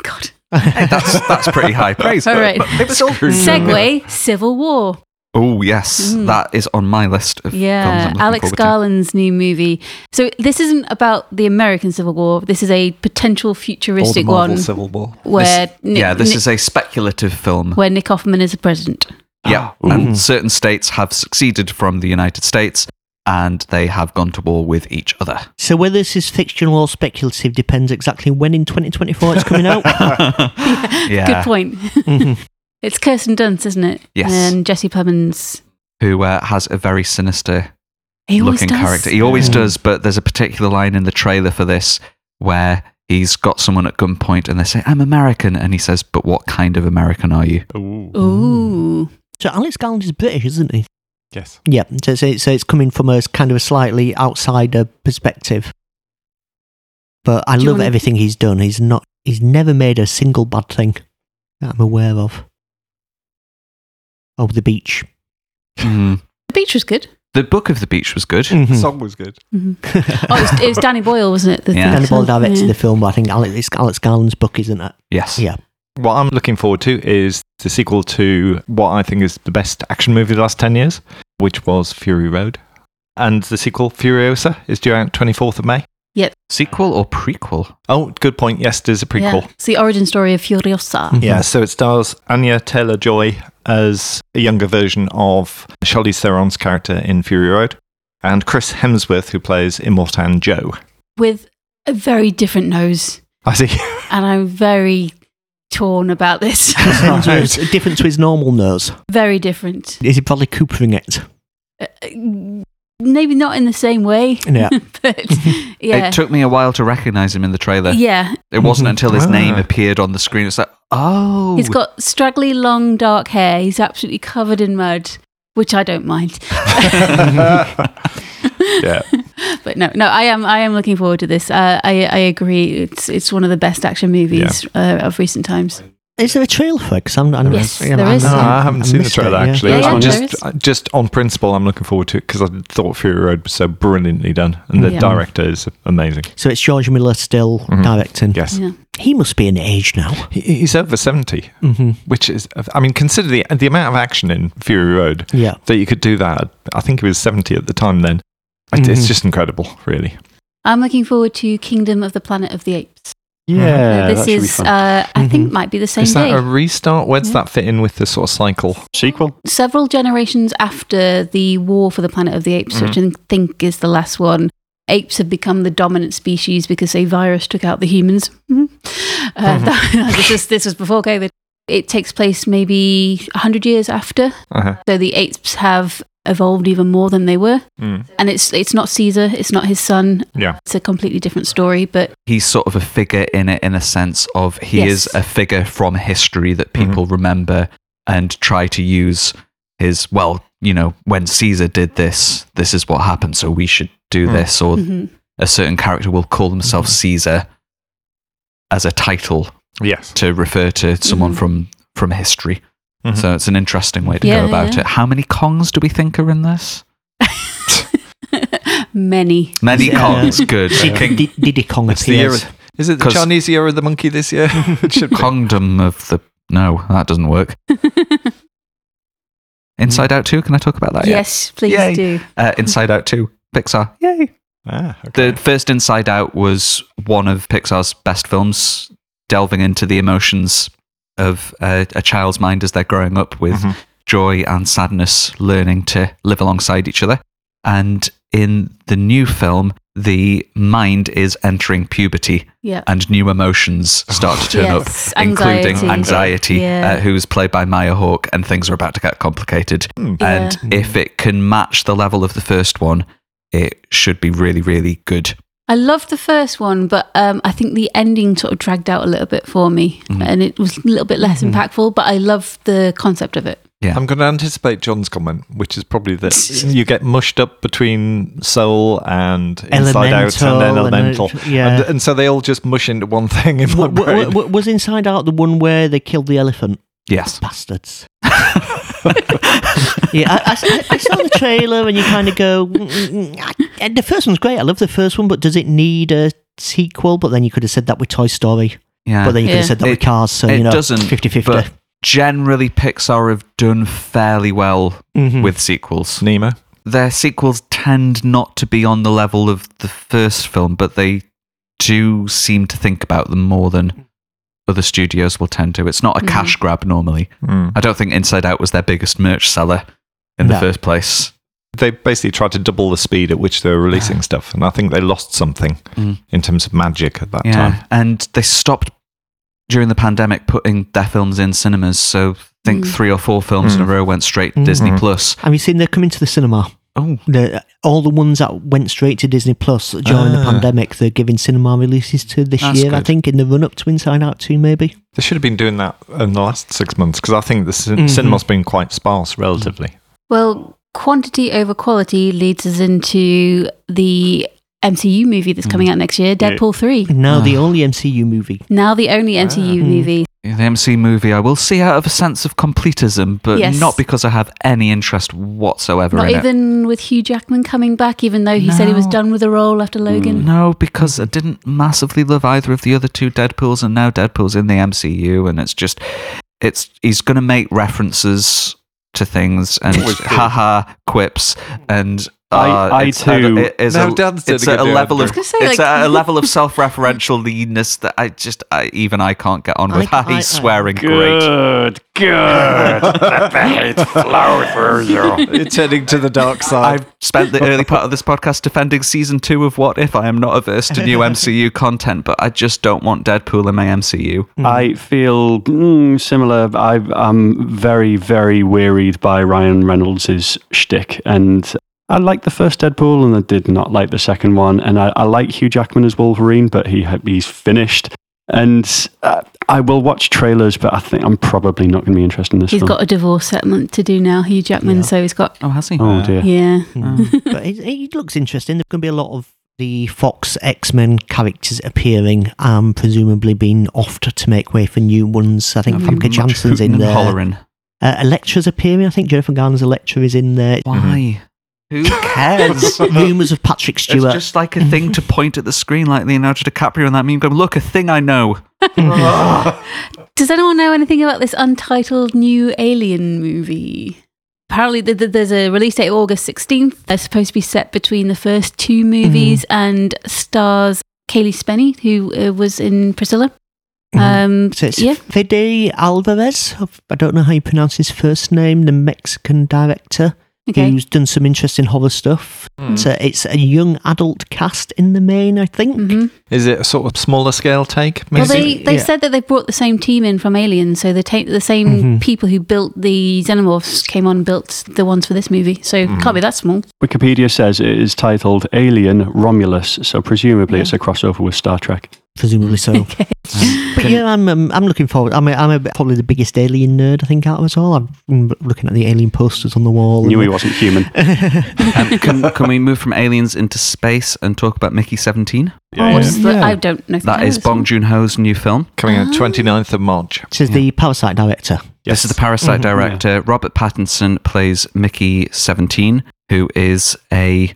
S6: God.
S7: That's, that's
S3: <laughs>
S7: pretty high praise.
S6: All right.
S7: It was all
S6: Segway, Civil War.
S7: Oh yes,
S6: Mm.
S7: that is on my list of films. I'm
S6: Yeah,
S7: looking
S6: Alex
S7: forward to.
S6: Garland's new movie. So this isn't about the American Civil War. This is a potential
S3: All the
S6: futuristic
S3: Marvel
S6: one
S3: Civil War.
S6: where
S7: This-
S6: Nick,
S7: yeah, this
S6: Nick-
S7: is a speculative film.
S6: where Nick Offerman is the president. Ah.
S7: yeah,
S6: Mm-hmm.
S7: and certain states have succeeded from the United States, and they have gone to war with each other.
S2: So whether this is fictional or speculative depends exactly when in 2024 it's coming out. Mm-hmm.
S7: yeah,
S6: <laughs> Good point. <laughs> it's Kirsten Dunst, isn't it?
S7: Yes.
S6: And Jesse Plemons.
S7: Who uh, has a very sinister
S6: He always
S7: looking
S6: does.
S7: character? He always
S2: Mm.
S7: does. But there's a particular line in the trailer for this where he's got someone at gunpoint, and they say, "I'm American," and he says, "But what kind of American are you?"
S6: Ooh.
S2: so Alex Garland is British, isn't he?
S3: Yes.
S2: Yeah. So, so, so it's coming from a kind of a slightly outsider perspective. But I
S6: Do you
S2: love
S6: wanna-
S2: everything he's done. He's not. He's never made a single bad thing that I'm aware of. Oh, the beach.
S7: Mm.
S6: The beach was good.
S7: The Book of the Beach was good.
S6: Mm.
S2: Hmm.
S3: The
S2: <laughs>
S3: song was good.
S6: Mhm. Oh, it was,
S7: <laughs>
S6: it was Danny Boyle, wasn't it? The,
S7: Yeah.
S2: Danny Boyle
S6: so-
S2: directed
S6: yeah.
S2: the film, but I think Alex, it's Alex Garland's book, isn't it?
S7: Yes.
S2: Yeah.
S3: What I'm looking forward to is the sequel to what I think is the best action movie of the last 10 years, which was Fury Road. And the sequel, Furiosa, is due out 24th of May.
S7: Sequel or prequel?
S3: Oh, good point. Yes, it is a
S6: Yeah.
S3: prequel.
S6: It's the origin story of Furiosa.
S3: <laughs> Mm-hmm. Yeah, so it stars Anya Taylor Joy as a younger version of Charlize Theron's character in Fury Road, and Chris Hemsworth, who plays Immortan Joe.
S6: with a very different nose,
S3: I see. <laughs>
S6: and I'm very torn
S3: <laughs>
S6: about
S2: <laughs>
S6: this. <laughs>
S2: Hemsworth's different to his normal nose.
S6: very different. Uh,
S2: Is he probably Coopering it?
S6: Maybe not in the same way. <laughs>
S2: Yeah.
S6: but
S3: Mm-hmm.
S6: yeah,
S7: It took me a while to recognize him in the trailer.
S6: yeah. Mm-hmm.
S7: It wasn't until his
S3: Ah.
S7: name appeared on the screen. It's like, oh,
S6: He's got straggly, long, dark hair. He's absolutely covered in mud, which I
S3: <laughs>
S6: don't mind.
S3: Yeah.
S6: But no, no, I am, I am looking forward to this. Uh, I, I agree. It's, it's one of the best action movies uh, of recent times.
S2: Is there a trailer for it? Because I'm, I'm,
S6: Yes,
S2: I'm-
S6: there
S2: I'm-
S6: is.
S3: No, I haven't seen the
S2: missed it,
S3: trailer
S2: yeah.
S3: actually.
S6: Yeah, yeah,
S3: I'm
S6: there
S3: just uh, just on principle, I'm looking forward to it because I thought Fury Road was so brilliantly done, and the
S6: Yeah.
S3: director is amazing.
S2: So it's George Miller still
S3: Mm-hmm.
S2: directing.
S3: Yes,
S6: Yeah.
S2: He must be an age now.
S3: He- he's over seventy,
S2: Mm-hmm.
S3: which is I mean, consider the the amount of action in Fury Road
S2: Yeah.
S3: that you could do that. I think he was seventy at the time then. I- It's
S6: Mm-hmm.
S2: Mhm.
S3: just incredible, really.
S6: I'm looking forward to Kingdom of the Planet of the Apes.
S1: Yeah.
S6: this
S1: that should be
S6: is,
S1: fun.
S6: uh, I think,
S2: Mhm.
S6: might be the same
S3: is that
S6: day.
S3: a restart? Where does
S6: Yeah.
S3: that fit in with the sort of cycle?
S1: Sequel?
S6: several generations after the war for the planet of the apes, which I think is the last one, apes have become the dominant Mm-hmm. <laughs> species because a virus took out the humans. Mhm. Uh, that- this, was, this was before COVID. It takes place maybe 100 years after.
S3: Uh-huh.
S6: So the apes have evolved even more than they were.
S3: Mm.
S6: And it's it's not Caesar, it's not his son.
S3: Yeah.
S6: It's a completely different story, but
S7: He's sort of a figure in it, in a sense of he
S6: Yes.
S7: is a figure from history that people remember and try to use his, well, you know, when Caesar did this, this is what happened, so we should do
S3: Mm.
S7: this, or
S6: mhm.
S7: a certain character will call themselves Caesar as a title
S3: Yes.
S7: to refer to someone
S6: Mhm.
S7: from from history.
S3: Mhm.
S7: So it's an interesting way to
S6: Yeah,
S7: go about
S6: yeah.
S7: it. How many Kongs do we think are in this?
S6: <laughs> many. <laughs>
S7: Many
S2: Yeah.
S7: Kongs. Good.
S2: Did-
S7: King,
S2: did- Diddy Kong
S3: It's the year
S2: appears.
S3: of, is it the
S7: 'Cause-
S3: Chinese year of the monkey this
S7: <laughs>
S3: year? It should be.
S7: Kongdom of the no, that doesn't work. Inside Out Two. Can I talk about that? yet?
S6: Yes, please
S7: Yay.
S6: do.
S7: Uh, Inside Out Two. Pixar. Yay.
S3: Ah, okay.
S7: The first Inside Out was one of Pixar's best films, delving into the emotions of uh, a child's mind as they're growing up with
S6: Mm-hmm.
S3: Mhm.
S7: joy and sadness, learning to live alongside each other. And in the new film, the mind is entering puberty
S6: Yeah.
S7: and new
S6: <laughs>
S7: emotions start to turn
S6: Yes,
S7: up, including
S6: anxiety.
S7: anxiety,
S6: Yeah.
S7: uh, who's played by Maya Hawke, and things are about to get complicated.
S3: Hmm.
S7: And if it can match the level of the first one, it should be really, really good.
S6: I loved the first one, but um, I think the ending sort of dragged out a little bit for me,
S7: Mm-hmm.
S6: and it was a little bit less impactful. But I love the concept of it.
S3: I'm going to anticipate John's comment, which is probably that you get mushed up between soul and inside out
S2: Elemental
S3: and then
S2: and, uh,
S3: elemental.
S2: yeah.
S3: And, and so they all just mush into one thing in
S2: W-
S3: my
S2: w-
S3: brain.
S2: w- w- was Inside Out the one where they killed the elephant?
S3: <laughs>
S7: Yes.
S2: Bastards. yeah, I, I s- I saw the trailer and you kind of go, "Mm, mm, mm." I- the first one's great. I love the first one, but does it need a sequel? But then you could have said that with Toy Story.
S7: Yeah.
S2: But then you could
S6: Yeah.
S2: have said that with
S7: It-
S2: Cars. So,
S7: it
S2: you know,
S7: doesn't,
S2: 50 50.
S7: but generally, Pixar have done fairly well
S2: Hmm.
S3: Mm-hmm.
S7: with sequels.
S3: Nemo.
S7: Their sequels tend not to be on the level of the first film, but they do seem to think about them more than other studios will tend to. It's not a
S2: Mm-hmm.
S6: Mhm.
S7: cash grab normally.
S3: Mm.
S7: I don't think Inside Out was their biggest merch seller in the
S2: No.
S7: first place.
S3: They basically tried to double the speed at which they were releasing stuff, and I think they lost something
S7: Mm.
S3: in terms of magic at that
S7: yeah.
S3: time.
S7: And they stopped during the pandemic putting their films in cinemas. So I think
S6: Mm.
S7: three or four films in a row went straight to Disney
S3: Mhm.
S7: Plus.
S2: Have you seen they're coming to the cinema?
S7: Oh,
S2: The, all the ones that went straight to Disney Plus during the
S3: Ah.
S2: pandemic, they're giving cinema releases to this
S7: That's
S2: year, I
S7: good.
S2: think, in the run up to Inside Out 2, maybe.
S3: They should have been doing that in the last six months because I think the cin-
S2: Mhm.
S3: cinema's been quite sparse relatively.
S6: Well, quantity over quality leads us into the MCU movie
S7: Mm.
S6: that's coming out next year, Deadpool 3.
S2: Now, the
S7: Ah.
S2: only MCU movie.
S6: Now the only MCU
S7: Mm.
S2: Ah.
S6: movie.
S7: Yeah, the MC movie I will see out of a sense of completism, but
S6: Yes.
S7: not because I have any interest whatsoever
S6: Not
S7: in it.
S6: even with Hugh Jackman coming back, even though he said he was
S7: No. Mm.
S6: done with the role after Logan.
S7: No, because I didn't massively love either of the other two Deadpools, and now Deadpool's in the MCU, and it's just, it's he's going to make references to things and <laughs> haha quips and.
S1: I-
S7: uh,
S1: I
S7: it's at a-
S1: too-
S7: it is
S3: No,
S7: a,
S3: Dan's did
S7: it's
S3: a good
S7: at a
S3: job.
S7: level
S3: I
S7: of
S3: was
S6: gonna say,
S7: it's
S6: like-
S7: at a level of self-referentialness that I just I, even I can't get on with.
S2: I-
S7: Ha, <laughs> he's
S2: I- I-
S7: swearing great.
S1: Good, good.
S6: <laughs>
S1: Let the hate flow through you.
S3: it's heading to the dark side.
S7: <laughs> I've spent the early part of this podcast defending season two of What If. I am not averse to new MCU content, but I just don't want Deadpool in my MCU.
S6: Hmm.
S1: I feel mm, similar. I, I'm very, very wearied by Ryan Reynolds' shtick. And I liked the first Deadpool and I did not like the second one. And I, I like Hugh Jackman as Wolverine, but he, ha- he's finished. And uh, I will watch trailers, but I think I'm probably not going to be interested in this
S6: He's
S1: film.
S6: got a divorce settlement to do now, Hugh Jackman,
S2: Yeah.
S6: so he's got
S7: Oh, has he?
S1: oh, dear.
S6: yeah.
S7: Ah.
S2: Hmm. but it, it looks interesting. There's going to be a lot of the Fox X Men characters appearing, um, presumably being offed to make way for new ones. I think
S7: Have you
S2: Famke
S7: much
S2: Janssen's
S7: hooting
S2: in
S7: and
S2: there.
S7: Hollering.
S2: Uh, Electra's appearing. I think Jennifer Garner's Electra is in there.
S7: Why? Mm-hmm. <laughs> Who cares?
S2: <laughs> Rumours of Patrick
S7: It's
S2: Stewart.
S7: just like a thing to point at the screen, like Leonardo DiCaprio and that meme. Go look, a thing I know.
S6: Does anyone know anything about this untitled new Alien movie? Apparently, th- th- there's a release date of August 16th. It's supposed to be set between the first two movies
S2: Mm-hmm.
S6: and stars Kaylee Spenny, who uh, was in Priscilla.
S2: Hmm.
S6: Um,
S2: Mm-hmm. So it's
S6: yeah,
S2: Fede Alvarez. I don't know how you pronounce his first name, the Mexican director.
S6: Okay.
S2: who's done some interesting horror stuff.
S3: Hmm.
S1: Hmm.
S2: So it's a young adult cast in the main, I think.
S6: Mm-hmm.
S3: Is it a sort of smaller scale take? Maybe?
S6: Well, they, they
S2: yeah.
S6: said that they brought the same team in from Alien, so the, ta- the same
S2: Mm-hmm.
S6: people who built the Xenomorphs came on and built the ones for this movie. So
S7: Mm-hmm.
S6: can't be that small.
S1: Wikipedia says it is titled Alien Romulus, so presumably it's a crossover with Star Trek.
S2: Presumably so.
S6: <laughs>
S2: But yeah, I'm um, I'm looking forward. I'm a, I'm a, probably the biggest alien nerd I think out of us all. I'm mm, looking at the alien posters on the wall.
S1: Knew he
S2: <laughs> and,
S1: wasn't human.
S7: Um, can,
S6: <laughs> Oh,
S7: can we move from aliens into space and talk about Mickey 17?
S1: Yeah, yeah.
S6: What's the- I don't know. if
S7: That
S6: I know
S7: is
S6: this
S7: Bong
S6: one.
S7: Joon Ho's new film.
S3: Coming out 29th of March.
S2: this is the Parasite director.
S7: This is the
S2: Mm-hmm.
S7: Parasite director. Robert Pattinson plays Mickey 17, who is a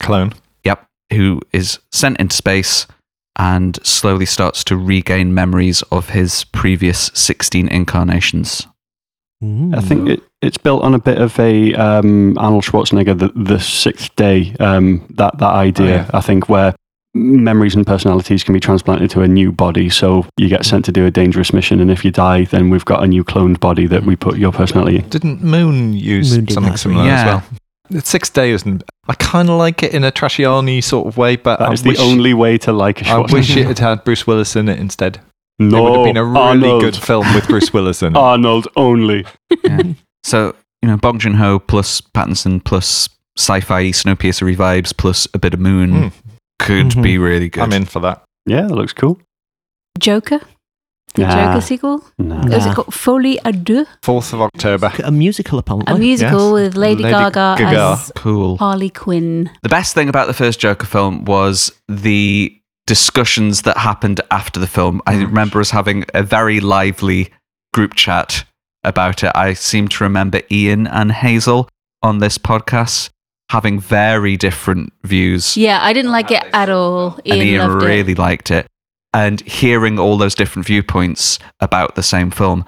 S3: Clone.
S7: Yep. Who is sent into space and slowly starts to regain memories of his previous 16 incarnations.
S2: Mm.
S1: I think it, it's built on a bit of a um, Arnold Schwarzenegger, the, the sixth day, um, that, that idea,
S3: Oh, yeah.
S1: I think, where memories and personalities can be transplanted to a new body. So you get sent to do a dangerous mission, and if you die, then we've got a new cloned body that we put your personality in.
S3: Didn't Moon use
S2: Moon did
S3: something
S2: that,
S3: similar
S7: yeah.
S3: as well? It's six days, and I kind of like it in a trashiani sort of way, but
S1: That
S3: I
S1: is
S3: wish,
S1: the only way to like a
S3: <laughs> I
S1: Schwarzenegger.
S3: wish it had had Bruce Willis in it instead.
S1: no, Oh,
S3: it would have been a really
S1: Arnold.
S3: good film with Bruce
S1: <laughs>
S3: Willis in it.
S1: Arnold only.
S7: So, you know, Bong Joon Ho plus Pattinson plus sci fi Snowpiercer vibes plus a bit of moon
S3: Mm.
S7: could
S2: Mhm.
S7: be really good.
S3: I'm in for that.
S1: Yeah, that looks cool.
S6: Joker. The
S1: Nah.
S2: Ah.
S6: Joker sequel.
S1: Nah.
S6: It was
S2: Nah.
S6: called Folie à Deux,
S3: 4th of
S2: <laughs>
S3: October.
S2: a musical apparently.
S6: a musical
S3: Yes.
S6: with Lady,
S3: Lady
S6: Gaga,
S3: Gaga.
S6: as
S7: Cool.
S6: Harley Quinn.
S7: The best thing about the first Joker film was the discussions that happened after the film. I remember us having a very lively group chat about it. I seem to remember Ian and Hazel on this podcast having very different views.
S6: Yeah, I didn't like it at all. Ian,
S7: and Ian
S6: loved it.
S7: really liked it. And hearing all those different viewpoints about the same film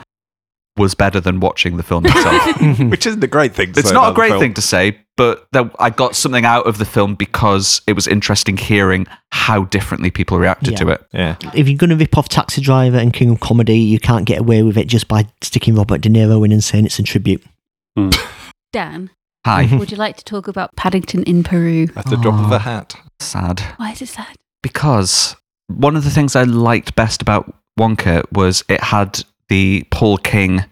S7: was better than watching the
S6: <laughs>
S7: film itself.
S3: Which isn't a great thing to
S7: It's not a great thing to say, but that I got something out of the film because it was interesting hearing how differently people reacted
S2: Yeah.
S7: to it.
S3: Yeah.
S2: if you're going to rip off Taxi Driver and King of Comedy, you can't get away with it just by sticking Robert De Niro in and saying it's a tribute.
S6: Dan,
S7: Hi,
S6: would you like to talk about Paddington in Peru?
S3: At the drop of
S7: Aw.
S3: a hat.
S7: sad.
S6: Why is it sad?
S7: Because one of the things I liked best about Wonka was it had the Paul King,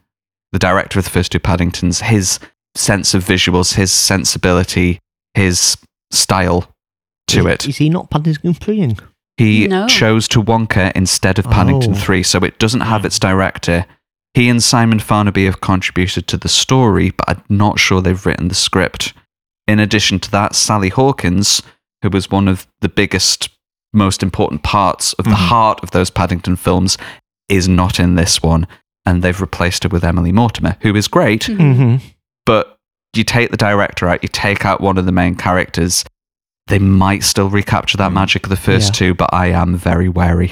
S7: the director of the first two Paddingtons, his sense of visuals, his sensibility, his style to it.
S2: Is- Is he not Paddington playing?
S7: He
S6: No.
S7: chose to Wonka instead of Paddington
S2: Oh.
S7: 3, so it doesn't have its director. He and Simon Farnaby have contributed to the story, but I'm not sure they've written the script. In addition to that, Sally Hawkins, who was one of the biggest, most important parts of the
S3: Mhm.
S7: heart of those Paddington films, is not in this one. And they've replaced her with Emily Mortimer, who is great,
S6: Hmm.
S2: Mm-hmm.
S7: but you take the director out, you take out one of the main characters, they might still recapture
S3: Mm.
S7: that magic of the first
S2: Yeah.
S7: two, but I am very wary.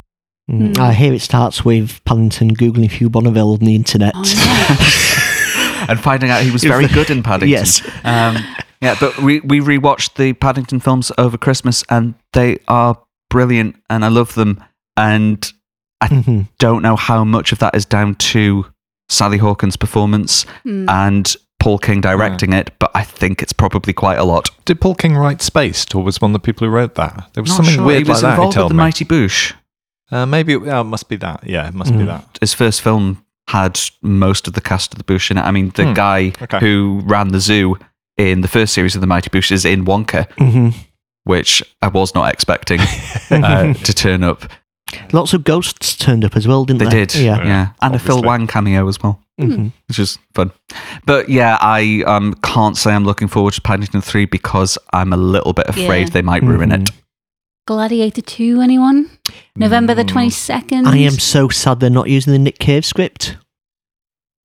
S6: Mm.
S2: I hear it starts with Paddington googling Hugh Bonneville on the internet.
S7: <laughs> And finding out he
S3: <laughs>
S7: was very good in Paddington.
S2: Yes.
S7: Um, yeah, but we, we rewatched the Paddington films over Christmas and they are brilliant and I love them. And
S2: Mhm.
S7: don't know how much of that is down to Sally Hawkins' performance
S6: Hmm.
S7: and Paul King
S3: Mm.
S7: directing it, but I think it's probably quite a lot.
S3: Did Paul King write Spaced, or was one of the people who wrote that? There was
S7: Not
S3: something
S7: sure.
S3: weird
S7: he was
S3: like that. He
S7: involved with
S3: told
S7: the
S3: me.
S7: Mighty Boosh.
S3: Uh, maybe it, oh, it must be that. Yeah, it must be
S2: Mm.
S3: that.
S7: his first film had most of the cast of the Bush in it. I mean, the
S3: Hmm.
S7: guy
S3: Okay.
S7: who ran the zoo in the first series of the Mighty Bush is in Wonka,
S2: Mhm.
S7: which I was not
S3: <laughs>
S7: expecting uh, to turn up.
S2: Mm-hmm. Lots of ghosts turned up as well, didn't
S7: They
S2: they?
S7: did, yeah,
S2: Yeah.
S7: and a Phil
S3: obviously.
S7: Wang cameo as well,
S2: Mhm.
S7: which is fun. But yeah, I um, can't say I'm looking forward to Paddington Three because I'm a little bit afraid
S6: Yeah.
S7: they might ruin
S2: Mhm.
S7: it.
S6: Gladiator 2, anyone? November
S3: Hmm.
S6: the 22nd.
S2: I am so sad they're not using the Nick Cave script.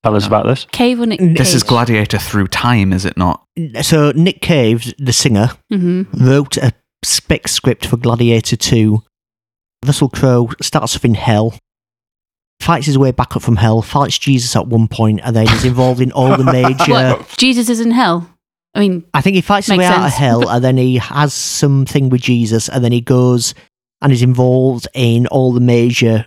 S1: Tell us about this.
S6: Cave on it.
S7: This is Gladiator through time, is it not?
S2: So Nick Cave, the singer,
S6: hmm
S2: wrote a spec script for Gladiator 2. Russell Crowe starts off in hell, fights his way back up from hell, fights Jesus at one point, and then he's involved in all the major.
S6: What? Jesus is in hell. I mean,
S2: I think he fights his
S6: Makes
S2: way out of
S6: sense. <laughs>
S2: hell, and then he has something with Jesus, and then he goes and is involved in all the major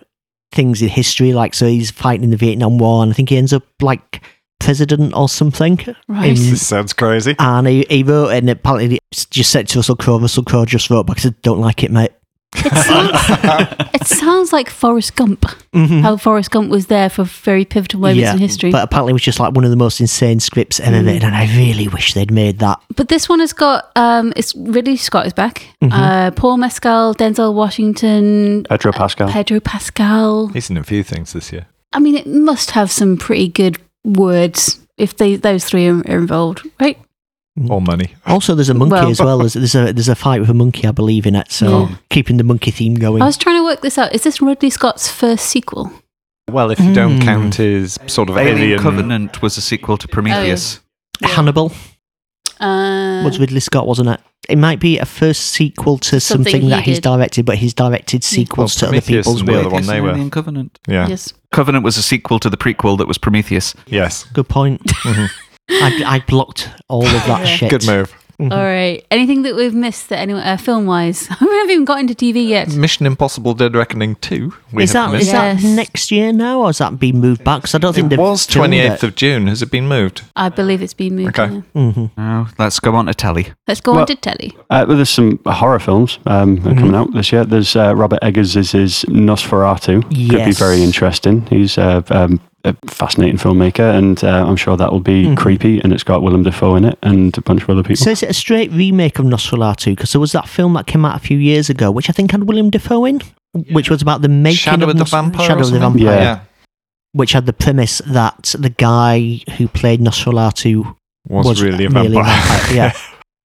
S2: things in history. Like, so he's fighting in the Vietnam War, and I think he ends up like president or something.
S6: Right.
S2: In-
S8: This sounds crazy.
S2: and he, he wrote it, and apparently it's just said to Russell Crowe. Russell Crowe just wrote back, said, "Don't like it, mate."
S6: It sounds, it sounds like Forrest Gump. How Forrest Gump was there for very pivotal moments in history.
S2: Mm-hmm. Hmm? but
S6: But,
S2: apparently it was just like one of the most insane scripts ever made, and I really wish they'd made that.
S6: this one has got um, it's Ridley Scott is back. Uh, Paul Mescal, Denzel Washington,
S1: Pedro Pascal.
S6: Pedro Pascal.
S3: He's in a few things this year.
S6: I mean, it must have some pretty good words if they those three are, are involved, right?
S3: Or money.
S2: Also, there's a monkey
S6: Well-
S2: as
S6: <laughs>
S2: well. There's, there's a there's a fight with a monkey, I believe in it. So
S6: Yeah.
S2: keeping the monkey theme going.
S6: I was trying to work this out. Is this Ridley Scott's first sequel?
S3: Well, if you don't
S2: Hmm.
S3: count his sort of
S7: Alien,
S3: alien.
S7: Covenant was a sequel to Prometheus.
S2: Hannibal
S6: Uh,
S2: was Ridley Scott, wasn't it? It might be a first sequel to
S6: Something
S2: something,
S6: he
S2: that he's
S6: did. Hmm.
S2: directed, but he's directed
S3: Well,
S2: sequels to other
S3: Prometheus
S2: people's
S3: and the
S2: work.
S3: other one they were.
S7: Alien Covenant.
S3: Yeah.
S6: Yes.
S7: Covenant was a sequel to the prequel that was Prometheus.
S3: Yes.
S2: Good point.
S3: Mhm.
S2: <laughs> I,
S6: <laughs>
S2: Mm-hmm. I blocked all of that Oh, shit.
S3: Good move.
S6: All right. Anything that we've missed that anyone uh, film <laughs> wise? I haven't even got into TV yet.
S3: Mission Impossible Dead Reckoning 2. We
S2: Is that,
S3: have missed.
S2: is that
S6: Yes.
S2: next year now, or has that been moved back? Because I don't think
S3: It
S2: they've
S3: was
S2: filmed
S3: 28th
S2: it.
S3: of June. Has it been moved?
S6: I believe it's been moved.
S3: Okay.
S6: yeah.
S2: Mm-hmm.
S7: Now let's go on to telly.
S6: Let's go
S1: Well-
S6: on to telly.
S1: Uh, well, there's some horror films um, that are coming out this year. There's uh, Robert Eggers' Nosferatu. Could be
S2: Yes.
S1: very interesting. He's uh, um, a fascinating filmmaker, and uh, I'm sure that will be creepy. And it's got Willem Dafoe in it and a bunch of other people.
S2: So is it a straight remake of Nosferatu? Because there was that film that came out a few years ago, which I think had William Defoe in, which was about the making
S3: Shadow
S2: of
S3: of the
S2: Nos-
S3: Vampire.
S2: Shadow
S3: or
S2: of the
S3: something?
S2: Vampire,
S1: Yeah.
S2: which had the premise that the guy who played Nosferatu
S3: Was, really a
S2: really
S3: vampire.
S2: vampire,
S3: <laughs>
S2: yeah.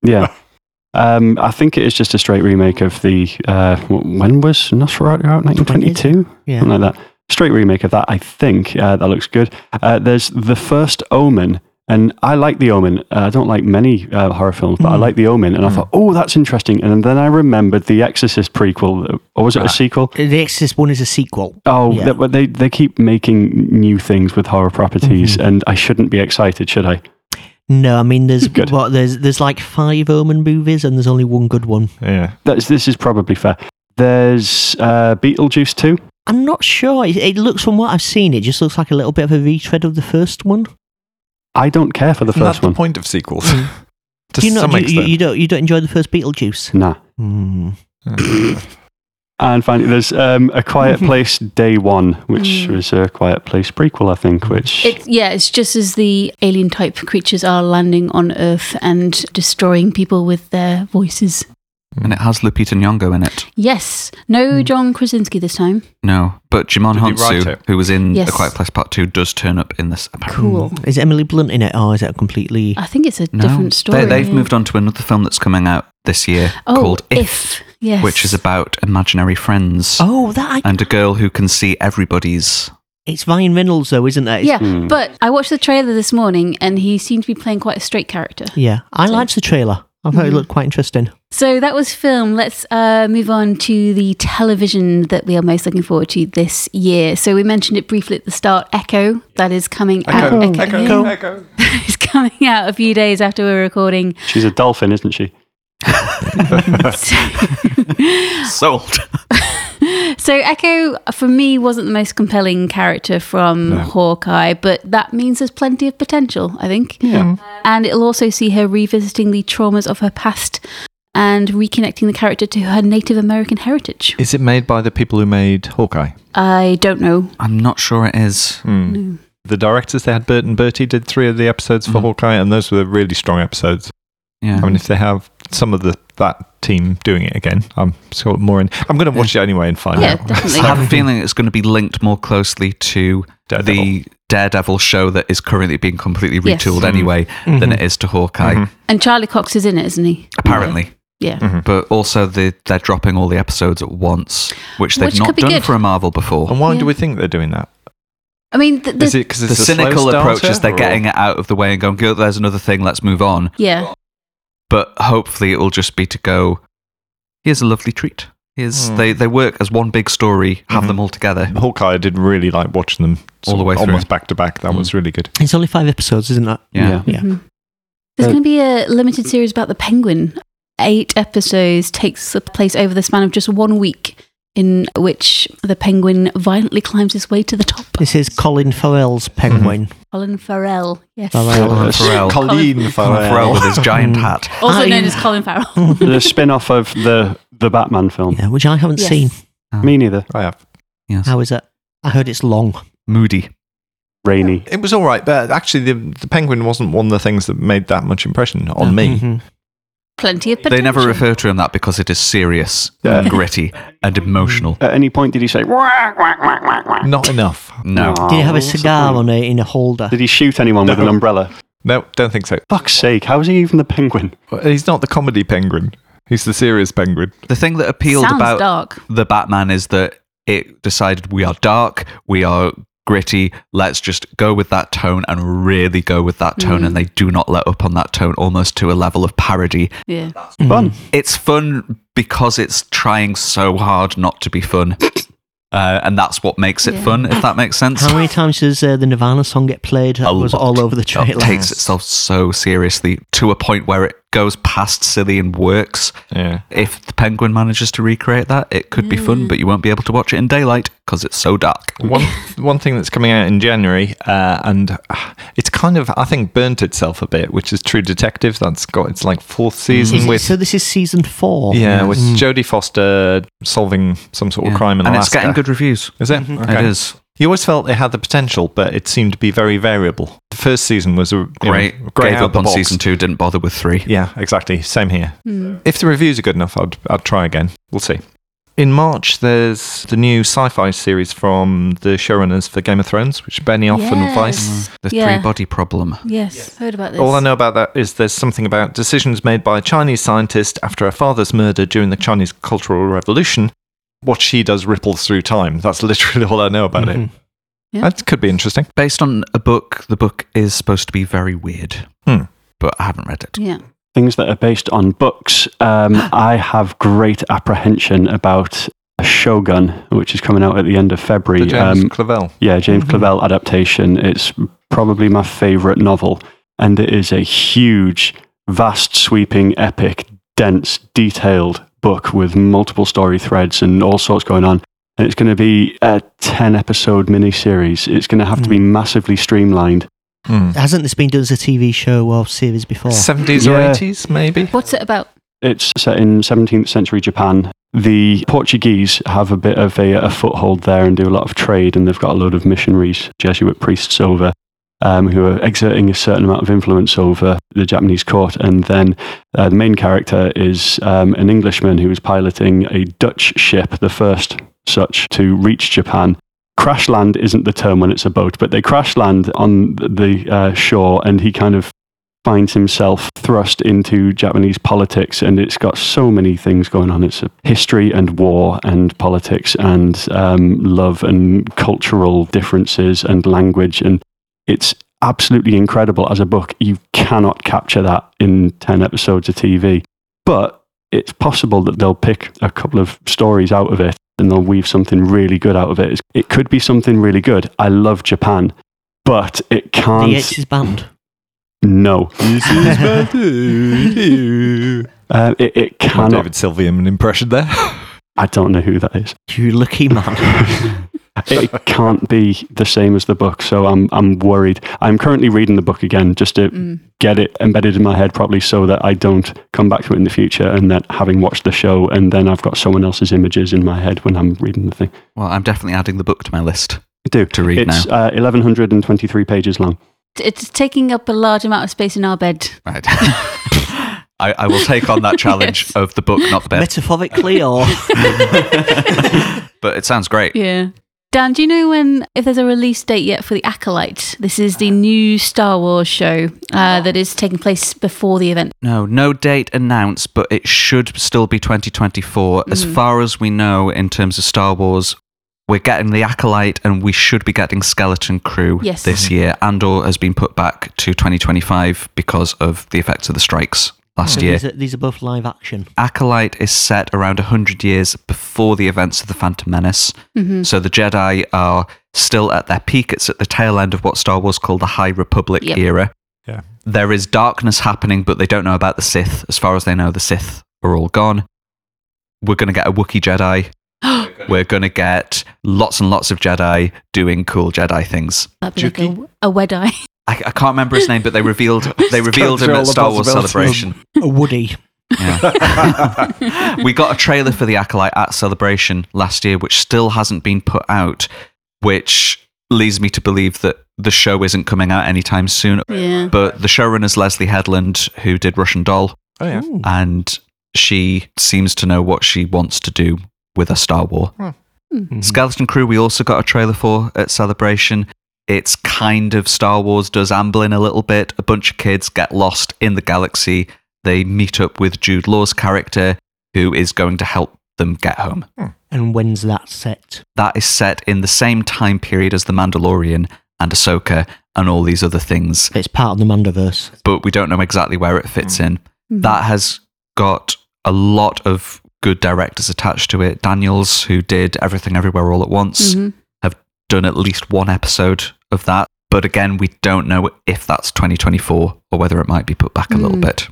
S1: yeah. Um, I think it is just a straight remake of the. Uh, wh- when was Nosferatu out? 1922?
S2: yeah.
S1: Something like that. Straight remake of that, I think. Uh, that looks good. Uh, there's The First Omen. And I like The Omen. Uh, I don't like many uh, horror films,
S3: Hmm.
S1: but I like The Omen. And I thought, oh, that's interesting. And then I remembered The Exorcist prequel. Or was it a sequel?
S2: The Exorcist one is a sequel.
S1: Oh,
S2: Yeah.
S1: they- but they, they keep making new things with horror properties.
S3: Mm-hmm.
S1: And I shouldn't be excited, should I?
S2: No, I mean there's
S1: Good.
S2: what there's there's like five Omen movies and there's only one good one.
S3: yeah.
S1: That's, this is probably fair. There's uh, Beetlejuice 2.
S2: I'm not sure. It, it looks from what I've seen, it just looks like a little bit of a retread of the first one.
S1: I don't care for the
S3: Isn't that
S1: first one.
S3: the point of sequels. <laughs> to
S2: Do Hmm. you,
S3: some
S2: not, do you,
S3: extent.
S2: you don't you don't enjoy the first Beetlejuice?
S1: Nah.
S2: <coughs> Hmm.
S1: And finally, there's um, A Quiet Place Day One, which was a Quiet Place prequel, I think, which.
S6: It's yeah, it's just as the alien type creatures are landing on Earth and destroying people with their voices.
S7: And it has Lupita Nyong'o in it.
S6: Yes.
S7: Hmm.
S6: No John Krasinski this time.
S7: No, but Jimon
S3: Did he write
S7: Honsu,
S3: it?
S7: who was in
S6: Yes.
S7: A Quiet Place Part 2, does turn up in this. Apparently.
S6: Cool.
S2: Is Emily Blunt in it, or is it completely?
S6: I think it's a
S7: No,
S6: different story.
S7: They, have
S6: yeah.
S7: moved on to another film that's coming out this year
S6: Oh,
S7: called
S6: If, yes.
S7: which is about imaginary friends
S2: Oh, that I,
S7: and a girl who can see
S3: <gasps>
S7: everybody's.
S2: it's Ryan Reynolds though, isn't it? It's-
S6: Yeah, but I watched the trailer this morning and he seemed to be playing quite a straight character.
S2: yeah. I liked the trailer. I
S6: Mm-hmm.
S2: thought it looked quite interesting.
S6: So that was film. Let's uh, move on to the television that we are most looking forward to this year. So we mentioned it briefly at the start. Echo, that is coming out.
S3: Echo, echo, echo.
S6: <laughs> is coming out a few days after we're recording.
S1: She's a dolphin, isn't she?
S7: Sold.
S6: So Echo, for me, wasn't the most compelling character from Hawkeye, but that means there's plenty of potential, I think.
S3: Hmm.
S1: Yeah.
S6: And it'll also see her revisiting the traumas of her past and reconnecting the character to her Native American heritage.
S3: Is it made by the people who made Hawkeye?
S6: I don't know.
S7: I'm not sure it is.
S3: Hmm. The directors they had Bert and Bertie did three of the episodes for
S7: Mhm.
S3: Hawkeye, and those were really strong episodes.
S7: Yeah.
S3: I mean, if they have some of the that team doing it again, I'm sort of more in. I'm going to watch it anyway and find
S6: Yeah,
S3: out.
S6: definitely.
S7: I have a feeling it's going to be linked more closely to
S3: Daredevil. Mm-hmm.
S7: the Daredevil show that is currently being completely
S6: Yes.
S7: retooled
S6: Mm.
S7: anyway than it is to Hawkeye,
S6: And Charlie Cox is in it, isn't he?
S7: apparently.
S6: Yeah.
S7: But also, the, they're dropping all the episodes at once, which they've
S6: Which could
S7: not
S6: be
S7: done
S6: good.
S7: for a Marvel before.
S3: And why
S6: Yeah.
S3: do we think they're doing that?
S6: I mean, th-
S3: Is
S6: there's-
S3: it because
S7: the
S3: it's a slow
S7: cynical approach
S3: starter,
S7: is they're
S3: or-
S7: getting it out of the way and going, "Go, there's another thing, let's move on.
S6: yeah.
S7: But hopefully it will just be to go, here's a lovely treat. Here's,
S3: Hmm.
S7: they, they work as one big story, have
S3: Mhm.
S7: them all together.
S3: Hawkeye, I did really like watching them
S7: All the
S3: sort of
S7: way through.
S3: almost back to back. That
S7: Mm.
S3: was really good.
S2: It's only five episodes, isn't it?
S7: Yeah.
S1: Yeah.
S2: Yeah.
S6: Mhm. There's
S1: Uh,
S6: going to be a limited series about the penguin. Eight episodes takes the place over the span of just one week. in which the penguin violently climbs his way to the top.
S2: This is Colin Farrell's Penguin.
S6: Colin Farrell, yes.
S2: Farrell.
S7: Colin Farrell.
S6: Colin
S3: Colleen
S7: Colin Farrell with his
S3: Hmm.
S7: giant hat.
S6: Also known
S2: I'm-
S6: as Colin Farrell.
S1: the spin off of the, the Batman film.
S2: Yeah, which I haven't
S6: Yes.
S2: seen.
S1: Me neither.
S3: I have.
S7: Yes.
S2: How is it? I heard it's long.
S7: Moody.
S1: Rainy.
S3: It was all right, but actually, the, the penguin wasn't one of the things that made that much impression on me.
S2: Mhm.
S6: Plenty of potential.
S7: They never refer to him that because it is serious,
S1: Yeah.
S7: gritty, and emotional.
S1: At any point, did he say, "Whack, whack, whack, whack, whack"?
S3: Not enough.
S7: No.
S2: Did he have a
S1: what's the
S2: cigar
S1: point?
S2: on a, in a holder?
S1: Did he shoot anyone with
S3: No.
S1: an umbrella?
S3: No, don't think so.
S1: Fuck's sake, how is he even the penguin?
S3: Well, He's not the comedy penguin. He's the serious penguin.
S7: The thing that appealed
S6: Sounds
S7: about
S6: dark.
S7: the Batman is that it decided we are dark, we are gritty, let's just go with that tone and really go with that tone. And they do not let up on that tone almost to a level of parody.
S6: Yeah.
S3: Hmm.
S1: Fun.
S7: It's fun because it's trying so hard not to be fun. <coughs> Uh, and that's what makes it
S6: Yeah.
S7: fun, if that makes sense.
S2: How many times does uh, the Nirvana song get played? That
S7: A
S2: was
S7: lot.
S2: all over the
S7: It
S2: trailer.
S7: takes itself so seriously to a point where it goes past silly and works.
S3: Yeah.
S7: If the Penguin manages to recreate that, it could be fun, but you won't be able to watch it in daylight because it's so dark.
S3: One one thing that's coming out in January, uh, and uh, it's kind of I think burnt itself a bit, which is True Detective. That's got its like fourth
S7: Mm.
S3: season
S2: Is it-
S3: with
S2: so this is season four. Mm.
S3: yeah with Jodie Foster solving some sort
S7: Yeah.
S3: of crime in
S7: and
S3: Alaska.
S7: it's getting good reviews.
S3: Is it?
S6: Mm-hmm.
S3: Okay.
S7: It is.
S3: You always felt it had the potential, but it seemed to be very variable. The first season was a, you know,
S7: Great.
S3: great
S7: Gave
S3: out
S7: up
S3: the
S7: on
S3: box.
S7: season two, didn't bother with three.
S3: Yeah, exactly. Same here.
S6: Hmm.
S3: If the reviews are good enough, I'd, I'd try again. We'll see. In March, there's the new sci fi series from the showrunners for Game of Thrones, which is Benioff and Weiss.
S6: Yes.
S7: The
S6: Yeah.
S7: three body problem.
S6: Yes. Heard about this.
S3: All I know about that is there's something about decisions made by a Chinese scientist after her father's murder during the Chinese Cultural Revolution. What she does ripples through time. That's <laughs> literally all I know about it.
S6: Mm-hmm.
S2: Mhm.
S6: Yeah.
S3: That could be interesting.
S7: Based on a book, the book is supposed to be very weird,
S3: Hmm.
S7: but I haven't read it.
S6: Yeah.
S1: Things that are based on books.
S3: <gasps>
S1: Um, I have great apprehension about Shogun, which is coming out at the end of
S3: The
S1: February.
S3: James
S1: Um,
S3: Clavell.
S1: yeah, James
S2: Mhm.
S1: Clavell adaptation. It's probably my favourite novel, and it is a huge, vast, sweeping, epic, dense, detailed book with multiple story threads and all sorts going on. And it's going to be a 10 episode miniseries. It's going to have to be massively streamlined.
S3: Hmm.
S2: Hasn't this been done as a TV show or series before?
S3: 70s
S1: Yeah.
S3: or 80s,
S1: <laughs>
S3: maybe?
S6: What's it about?
S1: It's set in 17th century Japan. The Portuguese have a bit of a, a foothold there and do a lot of trade, and they've got a load of missionaries, Jesuit priests over, um, who are exerting a certain amount of influence over the Japanese court. And then uh, the main character is um, an Englishman who is piloting a Dutch ship, the first such to reach Japan. Crash land isn't the term when it's a boat, but they crash land on the uh, shore, and he kind of finds himself thrust into Japanese politics, and it's got so many things going on. It's a history and war and politics and um, love and cultural differences and language, and it's absolutely incredible as a book. You cannot capture that in ten episodes of TV, but it's possible that they'll pick a couple of stories out of it and they'll weave something really good out of it. It's- It could be something really good. I love Japan, but it
S2: The
S1: can't.
S2: Yates is banned.
S1: No,
S3: David
S1: uh, it, it cannot.
S3: Sylvian an impression
S6: <laughs>
S3: there.
S1: I don't know who that is.
S2: You
S1: <laughs>
S2: lucky man.
S1: It can't be the same as the book, so I'm I'm worried. I'm currently reading the book again just to
S6: Mm.
S1: get it embedded in my head properly, so that I don't come back to it in the future. And then having watched the show, and then I've got someone else's images in my head when I'm reading the thing.
S7: Well, I'm definitely adding the book to my list.
S1: Do
S7: To read
S1: it's uh, 1123 pages long.
S6: T- It's taking up a large amount of space in our bed.
S7: Right. <laughs> I, I will take on that challenge
S6: <laughs> Yes.
S7: of the book, not the
S6: <laughs>
S7: bed.
S2: Metaphorically or
S7: <laughs> but it sounds great.
S6: Yeah. Dan, do you know when, if there's a release date yet for The Acolyte? This is the new Star Wars show uh, that is taking place before the event.
S7: No, no date announced, but it should still be 2024. As far as we know, in terms of Star Wars, we're getting the Acolyte, and we should be getting Skeleton Crew
S6: Yes.
S7: this year. Andor has been put back to 2025 because of the effects of the strikes last year.
S2: these, are, these are both live action.
S7: Acolyte is set around 100 years before the events of the Phantom Menace. So the Jedi are still at their peak. It's at the tail end of what Star Wars called the High Republic
S6: Yep.
S7: era.
S3: Yeah.
S7: There is darkness happening, but they don't know about the Sith. As far as they know, the Sith are all gone. We're going to get a Wookiee Jedi We're going to get lots and lots of Jedi doing cool Jedi things.
S6: That'd be like a, a Wedai.
S7: I, I can't remember his name, but they revealed they revealed him
S3: Control
S7: at
S3: the
S7: Star Wars
S3: possibilities.
S7: Celebration.
S2: A Woody.
S3: <laughs>
S6: <laughs>
S7: Yeah. <laughs> we got a trailer for the Acolyte at Celebration last year, which still hasn't been put out, which leads me to believe that the show isn't coming out anytime soon.
S6: Yeah.
S7: But the showrunner's Leslie Headland, who did Russian Doll,
S3: Oh yeah.
S2: Ooh.
S7: and she seems to know what she wants to do with a Star War. Skeleton Crew, we also got a trailer for at Celebration. It's kind of Star Wars does Amblin a little bit. A bunch of kids get lost in the galaxy. They meet up with Jude Law's character, who is going to help them get home.
S2: And when's that set?
S7: That is set in the same time period as The Mandalorian and Ahsoka and all these other things,
S2: It's part of the Mandaverse.
S7: but we don't know exactly where it fits in.
S6: Mm-hmm.
S7: That has got a lot of good directors attached to it. Daniels, who did Everything Everywhere All at Once,
S6: Mhm.
S7: done at least one episode of that. But again, we don't know if that's 2024 or whether it might be put back a little
S6: Mm.
S7: bit.